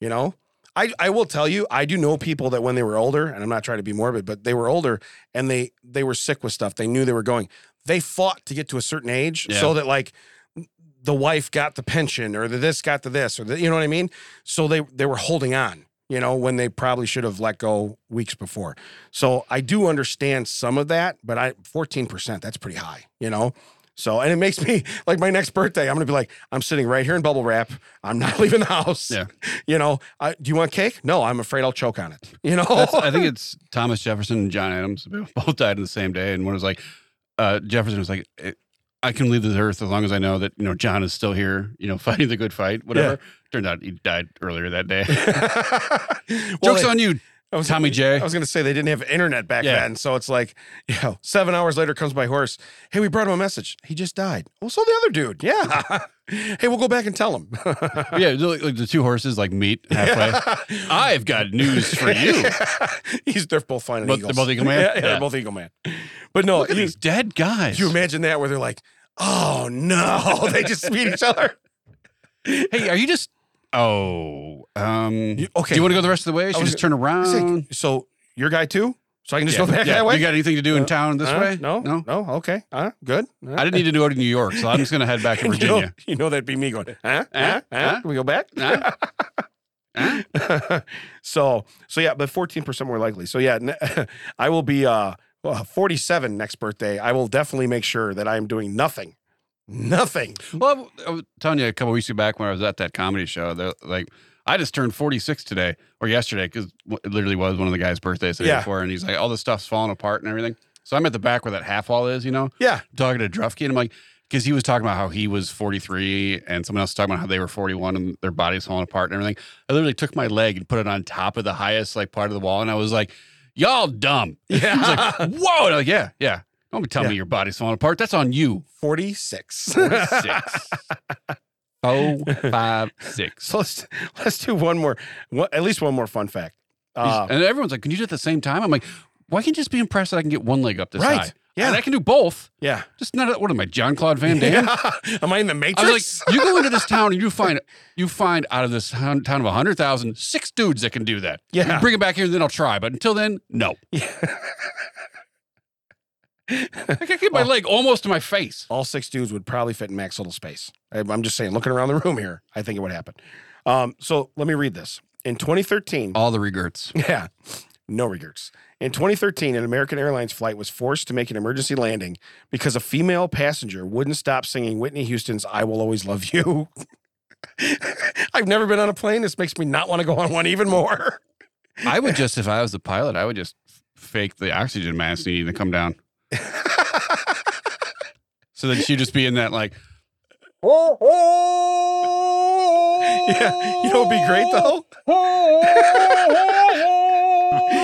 You know, I I will tell you, I do know people that when they were older, and I'm not trying to be morbid, but they were older and they they were sick with stuff. They knew they were going. They fought to get to a certain age
Yeah.
so that like the wife got the pension or the this got the this or the you know what I mean. So they they were holding on. You know, when they probably should have let go weeks before. So I do understand some of that, but I 14%, that's pretty high, you know? So, and it makes me like my next birthday, I'm gonna be like, I'm sitting right here in bubble wrap. I'm not leaving the house.
Yeah.
You know, I, do you want cake? No, I'm afraid I'll choke on it. You know,
That's- I think it's Thomas Jefferson and John Adams. They both died on the same day, and one was like, uh, Jefferson was like, "I- "I can leave this earth as long as I know that you know John is still here, you know, fighting the good fight, whatever." Turned out he died earlier that day.
Well,
Jokes
they-
on you,
I was-
Tommy J.
I was gonna say they didn't have internet back
Yeah.
then, so it's like, you know, seven hours later comes my horse. Hey, we brought him a message. He just died. Well, so the other dude, yeah. hey, we'll go back and tell him.
yeah, like, like the two horses like meet halfway. I've got news for you.
He's they're both fine.
Both-
eagles.
they're both Eagle Man?
Yeah, yeah,
Yeah.
they're both Eagle Man. But no,
Look at
you-
these dead guys.
Do you imagine that where they're like, oh no, they just meet each other?
hey, are you just? Oh, um,
You-
Do
okay.
you want to go the rest of the way? Should we
was
just turn around?
It's like, so your guy too? So I can just
Yeah,
go back
yeah.
that way?
You got anything to do in
Uh,
town this
Huh?
way?
No,
no.
no, okay, uh, good. Uh,
I didn't need to do it in New York, so I'm just gonna head back to
you know,
Virginia.
you know that'd be me going, huh?
Huh?
Huh?
Huh?
Huh? Can we go back?
Huh? Huh?
so, so yeah, but 14% more likely. So yeah, n- I will be uh well, 47 next birthday. I will definitely make sure that I am doing nothing. Nothing.
Well, I was telling you a couple weeks back when I was at that comedy show, they're like, I just turned 46 today or yesterday because it literally was one of the guy's birthdays the day
Yeah.
before. And he's like, all this stuff's falling apart and everything. So I'm at the back where that half wall is, you know,
Yeah.
talking to Drufke. And I'm like, because he was talking about how he was 43 and someone else was talking about how they were 41 and their bodies falling apart and everything. I literally took my leg and put it on top of the highest like part of the wall and I was like, y'all dumb.
Yeah.
It's like, whoa. And I'm like, yeah, yeah. Don't be telling me your body's falling apart. That's on you.
46.
Six. oh, five, six.
so let's let's do one more, one, at least one more fun fact. Uh,
and everyone's like, can you do it at the same time? I'm like, why can't you just be impressed that I can get one leg up this
Right.
high?
Yeah.
And I can do both.
yeah.
Just not, what am I, John Claude Van Damme?
Am I in the
I
Matrix?
was like, you go into this town and you find you find out of this hun- town of 100,000, six dudes that can do that.
Yeah.
You bring it back here and then I'll try. But until then, no. I can get my
Well-
leg almost to my face.
all six dudes would probably fit in max little space. I- I'm just saying, looking around the room here, I think it would happen. Um, so let me read this. In 2013,
All the regrets.
yeah, no regrets. In 2013, an American Airlines flight was forced to make an emergency landing because a female passenger wouldn't stop singing Whitney Houston's I Will Always Love You. I've never been on a plane. This makes me not want to go on one even more.
I would just, if I was the pilot, I would just fake the oxygen mask needing to come down. so then she'd just be in that, like,
yeah, you know, it'd be great
Oh.
though.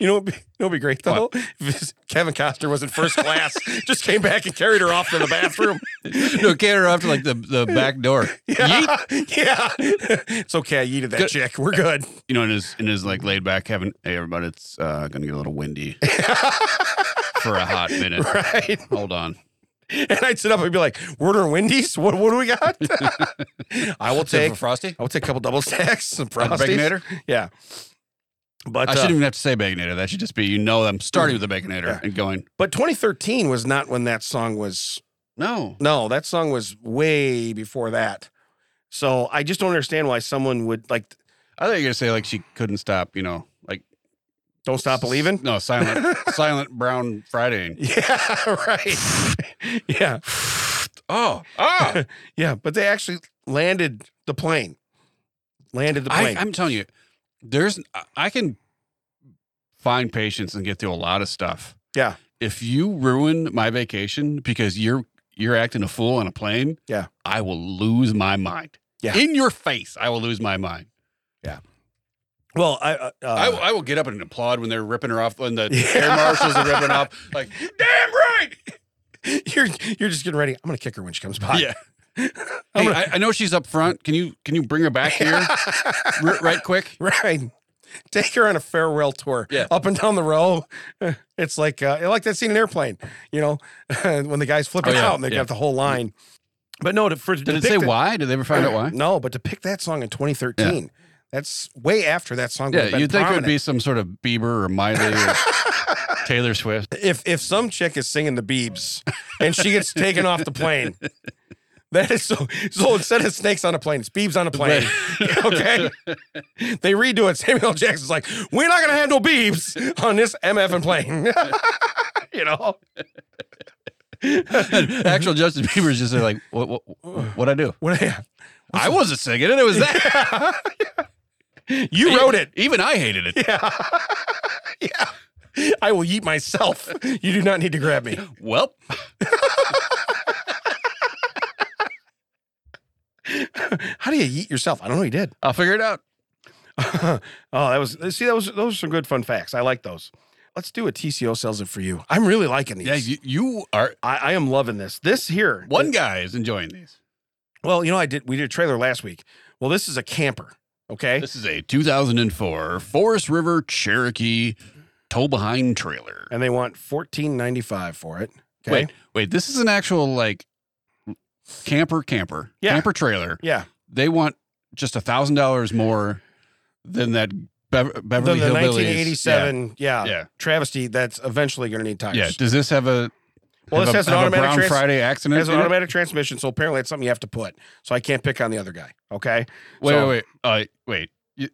You know, it'd be, you know, it'd be great though. If Kevin Costner was in first class, just came back and carried her off to the bathroom.
no, carry her off to like the, the back door.
Yeah, yeah. It's okay. I yeeted that
Good.
chick. We're good.
you know, in his in his like laid back Kevin, hey everybody, it's uh, gonna get a little windy for a hot minute.
Right.
Hold on.
And I'd sit up and be like, "Werder Wendy's. What? What do we got? I will take.
Frosty.
I will take a couple double stacks. Some Frosties.
Baconator.
Yeah. But
I
uh,
shouldn't even have to say Baconator. That should just be you know I'm starting with the Baconator
Mm. Yeah.
and going
but 2013 was not when that song was
no.
No, that song was way before that. So I just don't understand why someone would like
I thought you were gonna say like she couldn't stop. You know, like
don't stop believing.
No, silent silent brown Friday.
Yeah, right. yeah,
Oh, oh.
yeah. But they actually landed the plane. Landed the
I,
plane.
I'm telling you, there's I- I can find patience and get through a lot of stuff.
Yeah.
If you ruin my vacation because you're you're acting a fool on a plane,
Yeah.
I will lose my mind.
Yeah.
In your face, I will lose my mind.
well, I, uh,
I, will- I will get up and applaud when they're ripping her off, when the
Yeah.
air marshals are ripping up. Like, damn right.
you're you're just getting ready. I'm gonna kick her when she comes by.
Yeah.
I'm
Hey,
gonna-
I, I know she's up front. Can you can you bring her back here R- right quick?
right. Take her on a farewell tour.
Yeah.
Up and down the row. It's like uh, like that scene in Airplane. You know, when the guy's flipping
Oh, yeah,
out and they
yeah.
got the whole line. But no, to, for
Did it say why? Did they ever find out why?
No, but to pick that song in 2013, that's way after that song.
Yeah,
Yeah,
you'd think it would be some sort of Bieber or Miley or Taylor Swift.
If if some chick is singing the Beebs and she gets taken off the plane, that is so. So instead of snakes on a plane, it's Beebs on a plane. okay, they redo it. Samuel L. Jackson's like, we're not gonna have no Beebs on this MF plane. you know,
Actual Justin Bieber's just like, what what what I do?
what?
I wasn't singing it. It was that.
You wrote it.
Even I hated it.
Yeah, yeah. I will eat myself. You do not need to grab me.
Well,
How do you eat yourself? I don't know. You did.
I'll figure it out.
oh, that was see that was those are some good fun facts. I like those. Let's do a TCO sells it for you. I'm really liking these.
Yeah, you, you are.
I, I am loving this. This here,
One guy is enjoying these.
Well, you know, I did. We did a trailer last week. Well, this is a camper. Okay,
This is a 2004 Forest River Cherokee tow behind trailer.
and they want fourteen ninety five for it. Okay,
Wait, wait. This is an actual like camper, camper,
Yeah.
camper trailer.
yeah,
They want just a thousand dollars more than that Bev- Beverly
the, the
Hillbillies.
nineteen eighty seven. Yeah.
Yeah. yeah.
travesty. That's eventually going to need tires.
Yeah. Does this have a
Well,
have
this
a-
has an
have a
automatic
Brown
trans-
Friday accident?
has an
in it?
automatic transmission, so apparently it's something you have to put. So I can't pick on the other guy. Okay,
Wait,
So-
wait, wait. Uh, wait. You-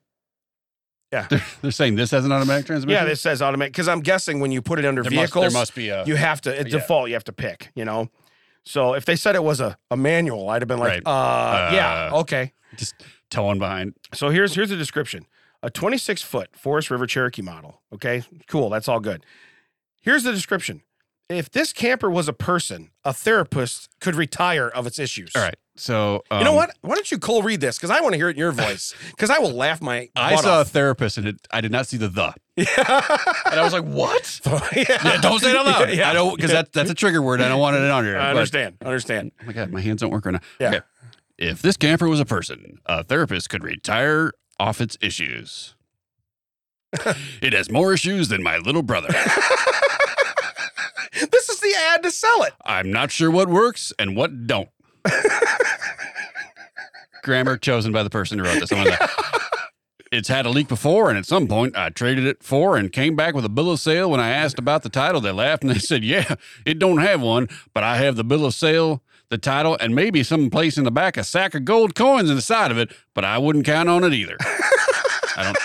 Yeah.
They're, they're saying this has an automatic transmission?
yeah, this says automatic because I'm guessing when you put it under
there must,
vehicles,
there must be a.
you have to at
Uh, yeah.
default you have to pick you know so if they said it was a, a manual i'd have been like
Right.
uh, yeah
Uh,
okay
just towing behind.
so here's here's the description a 26 foot forest river cherokee model okay cool that's all good here's the description if this camper was a person, a therapist could retire of its issues.
All right. So
You know
um,
what? Why don't you Cole read this? Because I want to hear it in your voice. Because I will laugh my.
I
butt
saw a
off.
therapist and it, I did not see the the. And I was like, what? Yeah,
yeah,
don't say it out loud.
Yeah,
I don't because that, that's a trigger word. I don't want it on here.
I understand. Understand.
But, oh my God, my hands don't work right now.
Yeah.
If this camper was a person, a therapist could retire off its issues. it has more issues than my little brother.
This is the ad to sell it.
I'm not sure what works and what don't. Grammar chosen by the person who wrote this. I'm like, it's had a leak before, and at some point I traded it for and came back with a bill of sale. When I asked about the title, they laughed and they said, Yeah, it don't have one, but I have the bill of sale, the title, and maybe someplace in the back a sack of gold coins in the side of it, but I wouldn't count on it either. I don't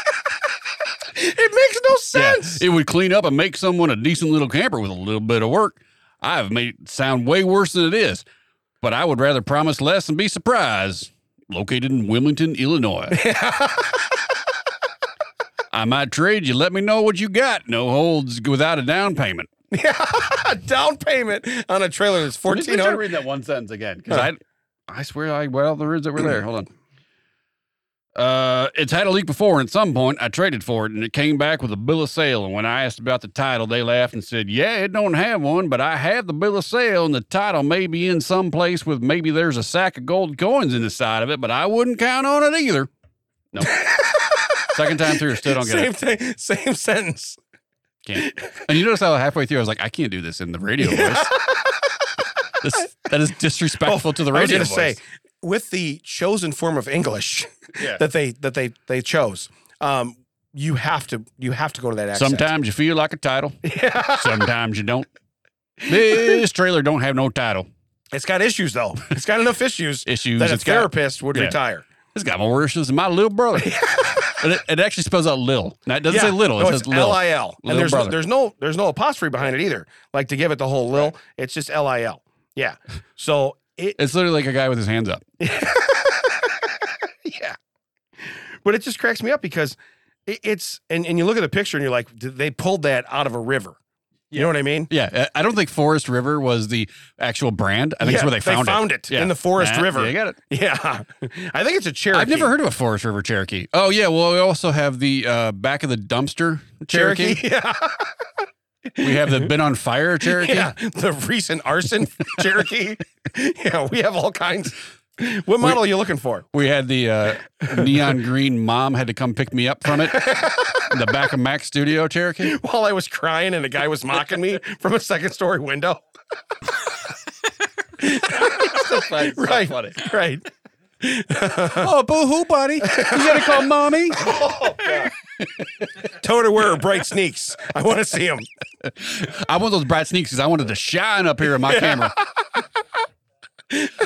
It makes no
yeah,
sense.
it would clean up and make someone a decent little camper with a little bit of work. I have made it sound way worse than it is, but I would rather promise less and be surprised. Located in Wilmington, Illinois. I might trade you. Let me know what you got. No holds without a down payment.
A down payment on a trailer that's fourteen hundred.
read that one sentence again because I, I swear I well the words that were there. Hold on. Uh, it's had a leak before, and at some point I traded for it, and it came back with a bill of sale. And when I asked about the title, they laughed and said, "Yeah, it don't have one, but I have the bill of sale, and the title may be in some place with maybe there's a sack of gold coins in the side of it, but I wouldn't count on it either." No. Second time through, still don't get
Same
it.
thing. Same sentence.
Can't. And you notice how halfway through I was like, I can't do this in the radio voice. This, that is disrespectful to the
Oh, I was
radio
going to
voice.
say, with the chosen form of English
Yeah.
that they that they they chose, um, you have to you have to go to that accent.
Sometimes you feel like a title. Sometimes you don't. This trailer don't have no title.
It's got issues though. It's got enough issues
Issues.
that a
it's got,
therapist would
yeah.
retire.
it's got more issues than my little brother. and it, it actually spells out lil. Now, it doesn't say little. It
No,
says
it's
lil.
L I L.
Lil
And there's no,
brother.
there's no there's no apostrophe behind it either. Like to give it the whole lil, it's just L I L. Yeah. So it
It's literally like a guy with his hands up.
yeah. But it just cracks me up because it, it's and, and you look at the picture and you're like, "Did- they pulled that out of a river. You know what I mean?
Yeah, I I don't think Forest River was the actual brand. I think it's
Yeah,
where they found,
found
it.
it in the Forest
Nah,
River.
yeah, you got it.
Yeah. I think it's a Cherokee.
I've never heard of a Forest River Cherokee. Oh yeah, well we also have the uh, back of the dumpster Cherokee.
Yeah.
We have the been on fire Cherokee.
Yeah, the recent arson Cherokee. Yeah, we have all kinds. What model are you looking for?
We had the uh, neon green mom had to come pick me up from it in the back of Max Studio Cherokee.
While I was crying and a guy was mocking me from a second story window. right, right.
Oh, boo hoo, buddy. You gotta call mommy.
Tell her to wear her bright sneaks. I want to see him.
I want those bright sneaks because I wanted to shine up here in my camera.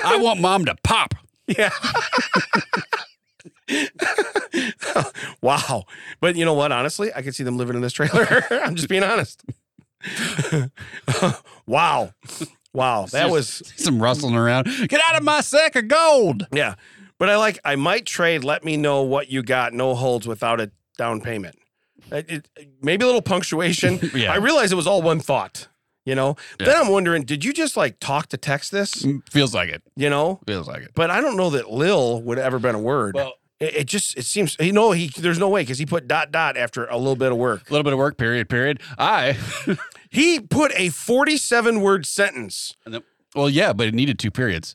I want mom to pop.
Yeah. wow. But you know what? Honestly, I could see them living in this trailer. I'm just being honest. wow. Wow. That was
Some rustling around. Get out of my sack of gold.
Yeah. But I like, I might trade, let me know what you got, no holds without a down payment. It- it- maybe a little punctuation.
Yeah.
I realize it was all one thought, you know? Then I'm wondering, did you just like talk to text this,
Mm, Feels like it.
you know?
Feels like it.
But I don't know that Lil would have ever been a word.
Well-
it, it just, it seems, you know, he, there's no way because he put dot dot after a little bit of work.
A little bit of work, period, period. I,
He put a 47 word sentence.
well, yeah, but it needed two periods.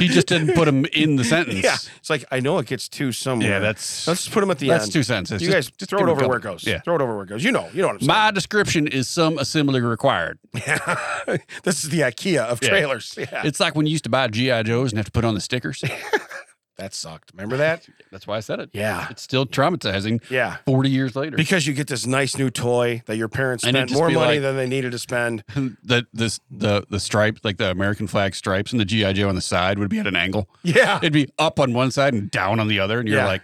He just didn't put them in the sentence.
Yeah. It's like, I know it gets two somewhere.
Yeah, that's-
let's just put him at the
That's
end.
two sentences.
You guys just throw it
give me a
over where it
couple.
goes.
Yeah.
Throw it over where it goes. You know, you know what I'm saying.
My description is some assembly required.
this is the IKEA of
Yeah.
trailers. Yeah.
It's like when you used to buy GI Joes and have to put on the stickers.
that sucked. Remember that?
That's why I said it.
Yeah.
It's still traumatizing
Yeah.
40 years later.
Because you get this nice new toy that your parents
And
spent
it'd just
more
be
money
like-
than they needed to spend.
the this the the stripe like the American flag stripes and the GI Joe on the side would be at an angle.
Yeah.
It'd be up on one side and down on the other and you're
Yeah.
like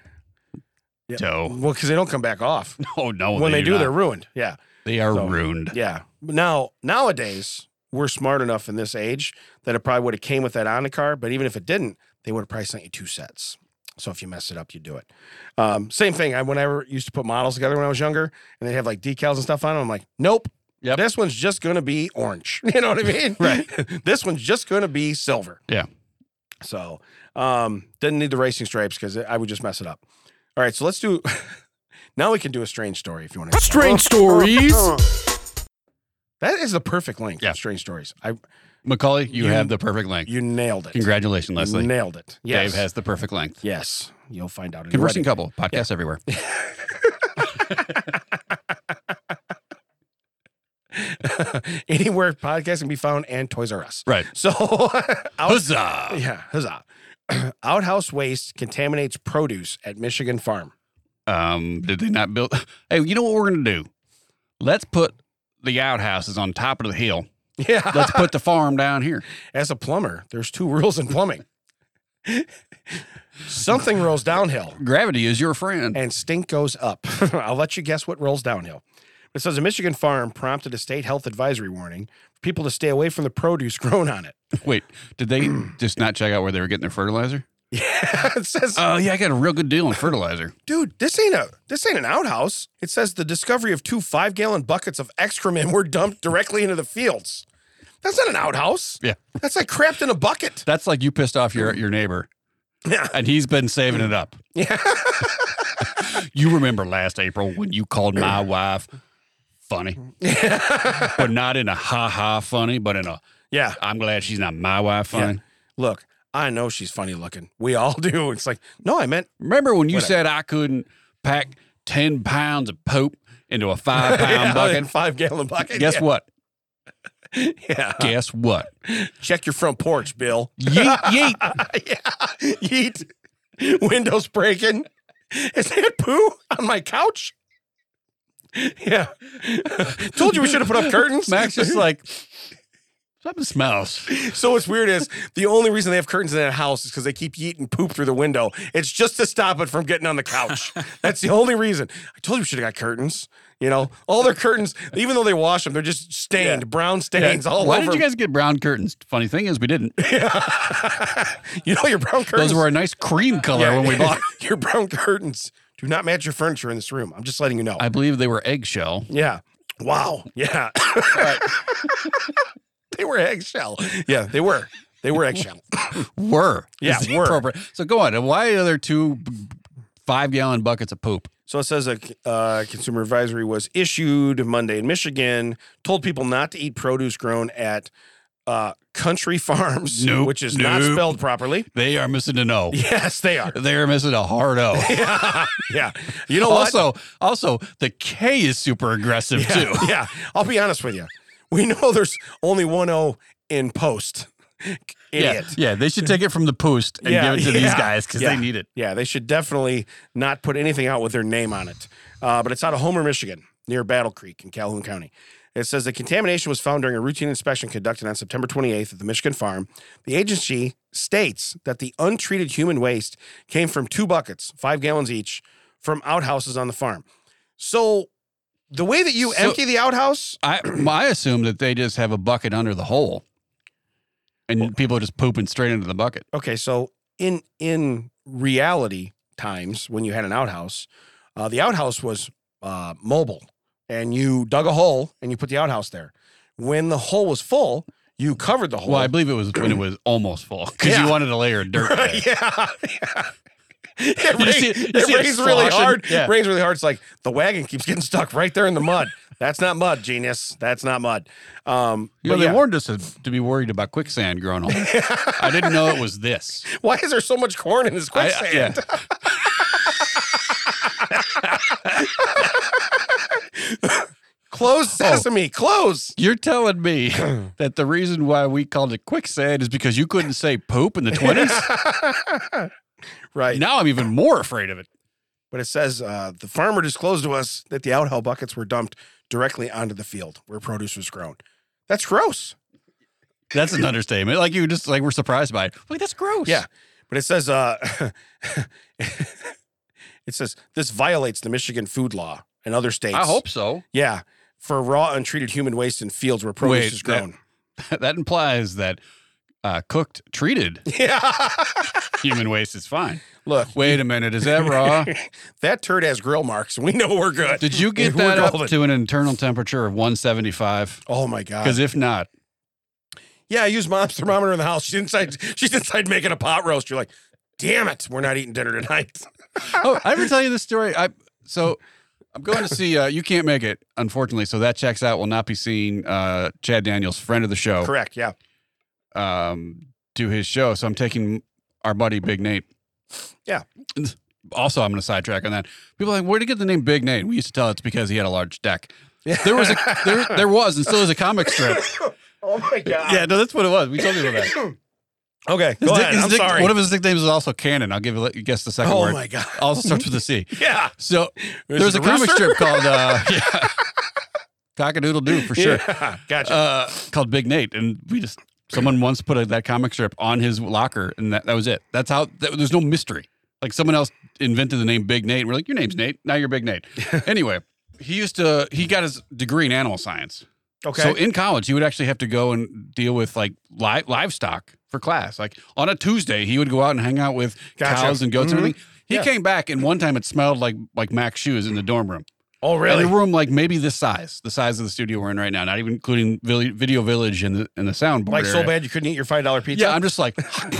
Yeah.
"No,
Well, because they don't come back off.
Oh no.
when they, do,
not.
they're ruined. Yeah.
they are
so-
ruined.
Yeah. Now, nowadays, we're smart enough in this age that it probably would have came with that on the car, but even if it didn't, they would have probably sent you two sets. So if you mess it up, you do it. Um, same thing. I whenever used to put models together when I was younger, and they have like decals and stuff on them. I'm like, nope,
Yep.
This one's just going to be orange. You know what I mean?
Right.
this one's just going to be silver.
Yeah.
So, um, didn't need the racing stripes because I would just mess it up. All right. So let's do. now we can do a strange story if you want to.
Strange stories.
That is the perfect link.
Yeah.
Yeah. Strange stories. I
Macaulay, you,
You-
have the perfect length.
you nailed it.
Congratulations, Leslie.
Nailed it. Yes.
Dave has the perfect length.
Yes. You'll find out. in your
Conversing
wedding.
couple, podcast everywhere.
Anywhere podcasts can be found and Toys R Us.
Right.
So, out,
Huzzah.
yeah, huzzah. Outhouse waste contaminates produce at Michigan farm.
Um, did they not build? Hey, you know what we're going to do? Let's put the outhouses on top of the hill.
Yeah.
Let's put the farm down here.
As a plumber, there's two rules in plumbing. Something rolls downhill
Gravity is your friend.
and stink goes up. I'll let you guess what rolls downhill. It says a Michigan farm prompted a state health advisory warning for people to stay away from the produce grown on it.
Wait, did they just not check out where they were getting their fertilizer?
Yeah, it says
Oh, yeah, I got a real good deal on fertilizer.
dude, this ain't a this ain't an outhouse. It says the discovery of two five gallon buckets of excrement were dumped directly into the fields. That's not an outhouse.
Yeah.
That's like crapped in a bucket.
That's like you pissed off your, your neighbor
Yeah.
and he's been saving it up.
Yeah.
You remember last April when you called my wife funny, but not in a ha ha funny, but in a
yeah.
I'm glad she's not my wife funny.
Look, I know she's funny looking. We all do. It's like, no, I meant
Remember when you
Whatever.
said I couldn't pack 10 pounds of poop into a five pound bucket?
five gallon bucket.
Guess
yeah. Uh,
what?
Yeah.
Guess what?
Check your front porch, Bill.
Yeet, yeet.
yeah. Yeet. Windows breaking. Is that poo on my couch? Yeah. Told you we should have put up curtains.
Max just like, something smells.
So what's weird is the only reason they have curtains in that house is because they keep yeeting poop through the window. It's just to stop it from getting on the couch. That's the only reason. I told you we should have got curtains. You know, all their curtains, even though they wash them, they're just stained, brown stains all
Why
Oh, over.
did you guys get brown curtains? Funny thing is, we didn't.
you know your brown curtains.
Those were a nice cream color
Yeah,
when we bought.
your brown curtains do not match your furniture in this room. I'm just letting you know.
I believe they were eggshell.
yeah. Wow. Yeah. they were eggshell. Yeah, they were. They were eggshell.
Were.
Yeah,
is the
were.
appropriate- So go on. Why are there two five gallon buckets of poop?
So it says a uh, consumer advisory was issued Monday in Michigan, told people not to eat produce grown at uh, country farms,
Nope,
which is not
nope.
spelled properly.
They are missing an O.
Yes, they are.
They are missing a hard O.
yeah. You know what?
also, also the K is super aggressive
yeah,
too.
yeah. I'll be honest with you. We know there's only one O in post. Idiot.
Yeah, yeah, they should take it from the post and
Yeah,
give it to these
yeah,
guys because
yeah.
they need it.
Yeah, they should definitely not put anything out with their name on it. Uh, but it's out of Homer, Michigan, near Battle Creek in Calhoun County. It says the contamination was found during a routine inspection conducted on September 28th at the Michigan farm. The agency states that the untreated human waste came from two buckets, five gallons each, from outhouses on the farm. So the way that you
So-
empty the outhouse,
I I assume that they just have a bucket under the hole, and people are just pooping straight into the bucket.
okay, so in in reality times when you had an outhouse, uh, the outhouse was uh, mobile, and you dug a hole and you put the outhouse there. When the hole was full, you covered the hole.
Well, I believe it was when it was almost full because
Yeah.
you wanted a layer of dirt. there.
yeah. yeah. It,
You see
rain-
it- you
it
see it
rains really
sloshing?
hard.
Yeah.
Rains really hard. It's like the wagon keeps getting stuck right there in the mud. That's not mud, genius. That's not mud. Um,
You know,
but
they
yeah.
warned us to, to be worried about quicksand growing on. I didn't know it was this.
Why is there so much corn in this
I- I-
quicksand?
yeah.
Close
Oh.
sesame. Close.
You're telling me that the reason why we called it quicksand is because you couldn't say poop in the 20s?
Right.
now I'm even more afraid of it.
But it says uh, the farmer disclosed to us that the outhaul buckets were dumped directly onto the field where produce was grown. That's gross.
That's an understatement. Like you just like were surprised by it. Like that's gross.
Yeah. But it says uh, it says this violates the Michigan food law and other states.
I hope so.
Yeah. For raw untreated human waste in fields where produce
Wait,
is grown.
That implies that uh, cooked, treated
Yeah.
human waste is fine.
Look,
Wait a minute, is that raw?
that turd has grill marks. We know we're good.
Did you get
We're
that up
golden.
to an internal temperature of 175?
Oh my god.
Because if not,
Yeah, I used mom's thermometer in the house. She's inside. She's inside making a pot roast. You're like, damn it, we're not eating dinner tonight.
oh, I ever tell you this story? I so I'm going to see. Uh, you can't make it, unfortunately. So that checks out. Will not be seeing uh, Chad Daniels, friend of the show.
Correct. Yeah.
um, do his show. So I'm taking our buddy Big Nate.
Yeah.
Also, I'm going to sidetrack on that. People are like, where would you get the name Big Nate? We used to tell it's because he had a large deck. There was a there, there was and still is a comic strip.
Oh my god.
Yeah, no, that's what it was. We told people that.
Okay.
His
Go
nick-
ahead.
his
I'm
nick-
sorry.
One of his nicknames is also Cannon. I'll give you you guess the second
oh
word.
my god.
Also starts with a C.
Yeah.
So
Is
there's
it
a comic
rooster?
strip called uh, yeah, Cockadoodle Doo for sure
Yeah. Gotcha.
uh, called Big Nate, and we just someone once put a, that comic strip on his locker, and that, that was it. That's how that, there's no mystery. Like someone else invented the name Big Nate. and we're like, your name's Nate. Now you're Big Nate. anyway, he used to he got his degree in animal science.
okay.
Uh, So in college, he would actually have to go and deal with like li- livestock for class. Like on a Tuesday, he would go out and hang out with
Gotcha.
cows and goats
Mhm.
and everything. He
Yeah.
came back, and one time it smelled like like Mac's shoes in the dorm room.
oh really?
And a room like maybe this size, the size of the studio we're in right now, not even including Vill- Video Village and the, and the soundboard.
Like so
area.
bad you couldn't eat your five dollar pizza.
Yeah, I'm just like,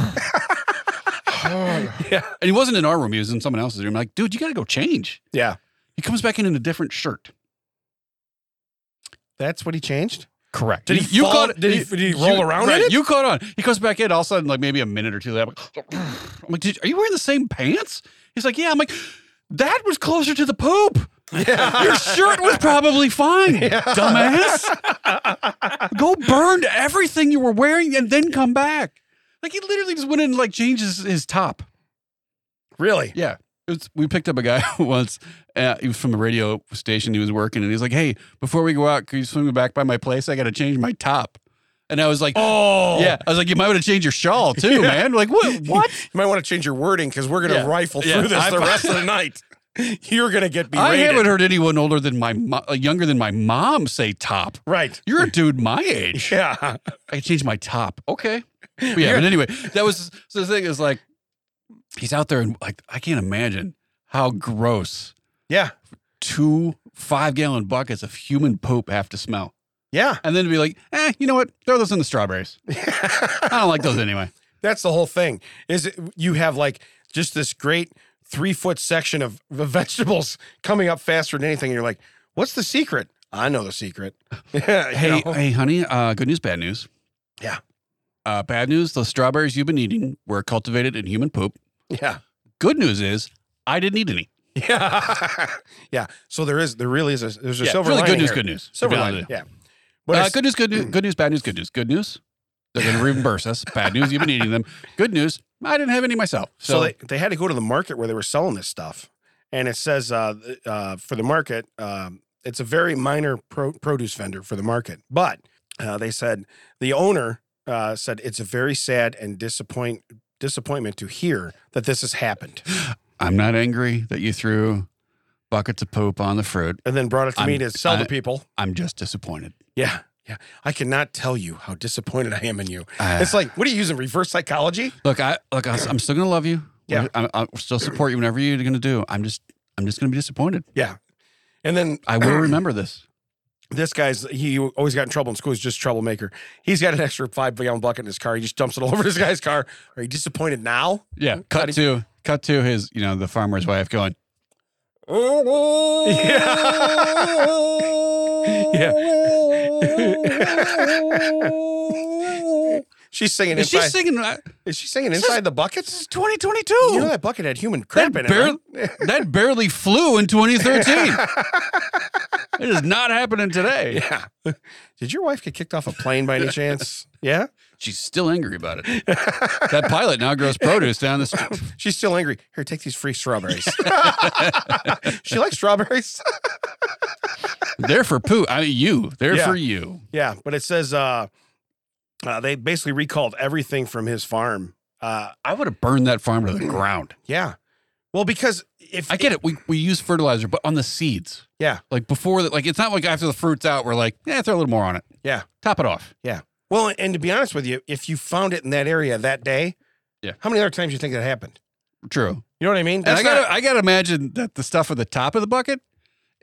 yeah.
and he wasn't in our room. He was in someone else's room. like, dude, you got to go change.
Yeah.
He comes back in in a different shirt.
That's what he changed.
Correct.
Did he fall- did he- did he roll around in
right,
it?
You caught on. He comes back in all of a sudden, like maybe a minute or two later. I'm like, I'm like, did, are you wearing the same pants? He's like, yeah. I'm like, that was closer to the poop. Your shirt was probably fine, dumbass. Go burn everything you were wearing and then come back. Like he literally just went in and like changed his, his top.
Really?
Yeah. It was, we picked up a guy once. Uh, he was from a radio station. He was working, and he was like, "Hey, before we go out, can you swing me back by my place? I got to change my top." And I was like,
Oh.
"Yeah." I was like, "You might want to change your shawl too, man." Like, what? What?
You might want to change your wording because we're going to
Yeah.
rifle
Yeah.
through this
I-
the rest of the night. You're going to get
I
berated.
haven't heard anyone older than my mo- uh, younger than my mom say top.
right.
You're a dude my age.
Yeah.
I can change my top. Okay. But yeah. But anyway, that was so the thing is like, he's out there and like I can't imagine how gross
Yeah.
two five gallon buckets of human poop have to smell.
Yeah.
and then to be like, eh, you know what? Throw those in the strawberries. I don't like those anyway.
That's the whole thing. Is it, you have like just this great three foot section of v- vegetables coming up faster than anything, and you're like, "What's the secret?" I know the secret. Yeah, you
Hey,
know?
hey, honey. Uh, good news, bad news.
Yeah.
Uh, bad news: those strawberries you've been eating were cultivated in human poop.
yeah,
Good news is I didn't eat any.
yeah, yeah. So there is, there really is a there's a
Yeah,
silver
really
lining
good news.
here.
Good news.
Silver
Yeah.
lining. Yeah, but
Uh,
it's-
good news. Good news. Good news. Bad news. Good news. Good news. They're going to reimburse us. Bad news. You've been eating them. Good news. I didn't have any myself. So,
So, they, they had to go to the market where they were selling this stuff. And it says uh, th- uh, for the market, um, it's a very minor pro- produce vendor for the market. But uh, they said the owner uh, said it's a very sad and disappoint disappointment to hear that this has happened.
I'm not angry that you threw buckets of poop on the fruit.
And then brought it to me
I'm-
to sell
I-
to people.
I'm just disappointed.
Yeah, yeah. I cannot tell you how disappointed I am in you.
Uh,
It's like, what are you using reverse psychology?
Look, I look. I- I'm still gonna love you.
Yeah.
I, I I'll still support you. Whenever you're gonna do, I'm just, I'm just gonna be disappointed.
Yeah. And then
I will remember this.
this guy's he always got in trouble in school. He's just a troublemaker. He's got an extra five gallon bucket in his car. He just dumps it all over this guy's car. Are you disappointed now?
Yeah. Cut to, cut to his, you know, the farmer's wife going.
Yeah. She's singing
Is she
inside.
singing? uh,
is she singing
is-
inside the bucket?
This is 2022.
You know that bucket had human crap
that,
in
barely,
it. right?
that barely flew in 2013. it is not happening today.
Yeah. Did your wife get kicked off a plane by any chance? Yeah.
She's still angry about it. that pilot now grows produce down the street.
She's still angry. Here, take these free strawberries. she likes strawberries.
They're for poo. I mean, you. They're
Yeah.
for you.
Yeah, but it says uh, uh, they basically recalled everything from his farm. Uh,
I would have burned that farm to the ground.
yeah. Well, because if
I get it. We we use fertilizer, but on the seeds.
Yeah.
Like before that, like it's not like after the fruit's out, we're like, yeah, throw a little more on it.
Yeah.
Top it off.
Well, and to be honest with you, if you found it in that area that day,
Yeah.
how many other times do you think that happened?
True.
You know what I mean?
And I
That's
gotta,
not-
I gotta imagine that the stuff at the top of the bucket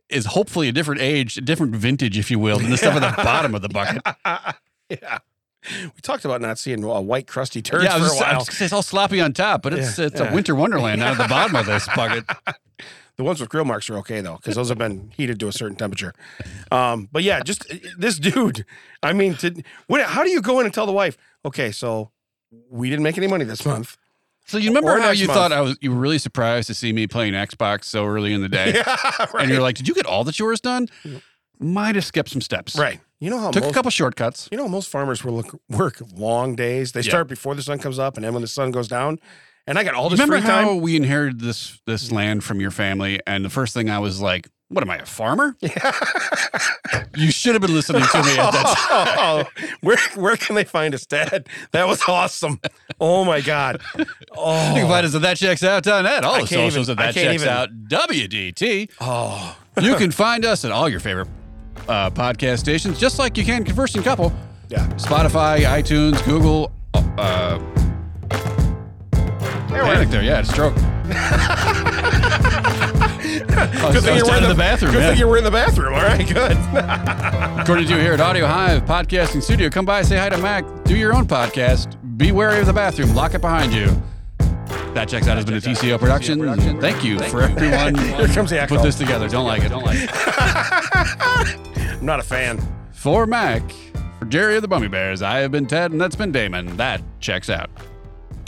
is hopefully a different age, a different vintage, if you will, than the stuff at the bottom of the bucket.
yeah. We talked about not seeing uh, white crusty turds
I was
for a
just- I
while.
was gonna say it's all sloppy on top, but it's
Yeah,
it's
yeah.
a winter wonderland out at the bottom of this bucket.
The ones with grill marks are okay though, because those have been heated to a certain temperature. Um, but yeah, just uh, this dude. I mean, to, what, how do you go in and tell the wife? Okay, so we didn't make any money this month.
So you remember
Or
how
next
you
month.
thought I was? You were really surprised to see me playing Xbox so early in the day,
Yeah,
and you're
right. Mm.
like, "Did you get all the chores done?" Might have skipped some steps.
Right. You know how
Took
most,
a couple shortcuts.
you know most farmers will look, work long days. They
Yeah.
start before the sun comes up, and then when the sun goes down. And I got all this
Remember
free time.
how we inherited this this land from your family, and the first thing I was like, "What am I, a farmer?" you should have been listening to me at that time.
Oh, where where can they find us, Dad? That was awesome. Oh my God. Oh,
You can find us at thatchecksout.net, all
I
the
can't even-
socials at
I
that
can't
checks
even-
out WDT.
oh.
You can find us at all your favorite uh, podcast stations, just like you can Conversing Couple,
Yeah.
Spotify, iTunes, Google. Uh, panic there, yeah, it's a stroke. Oh, I was, I was down in the, bathroom.
Good
yeah.
thing you were in the bathroom. All right, good.
According to you here at Audio Hive Podcasting Studio, come by, say hi to Mac, do your own podcast. Be wary of the bathroom, lock it behind you. That checks out has been a TCO production. Thank you for everyone.
Here comes the
Put
alcohol.
this together. Don't like it. Don't like it.
I'm not a fan.
For Mac, for Jerry of the Bummy Bears, I have been Ted, and that's been Damon. That checks out.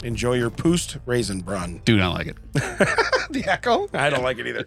Enjoy your poost raisin brun.
Do not like it.
the echo? I don't like it either.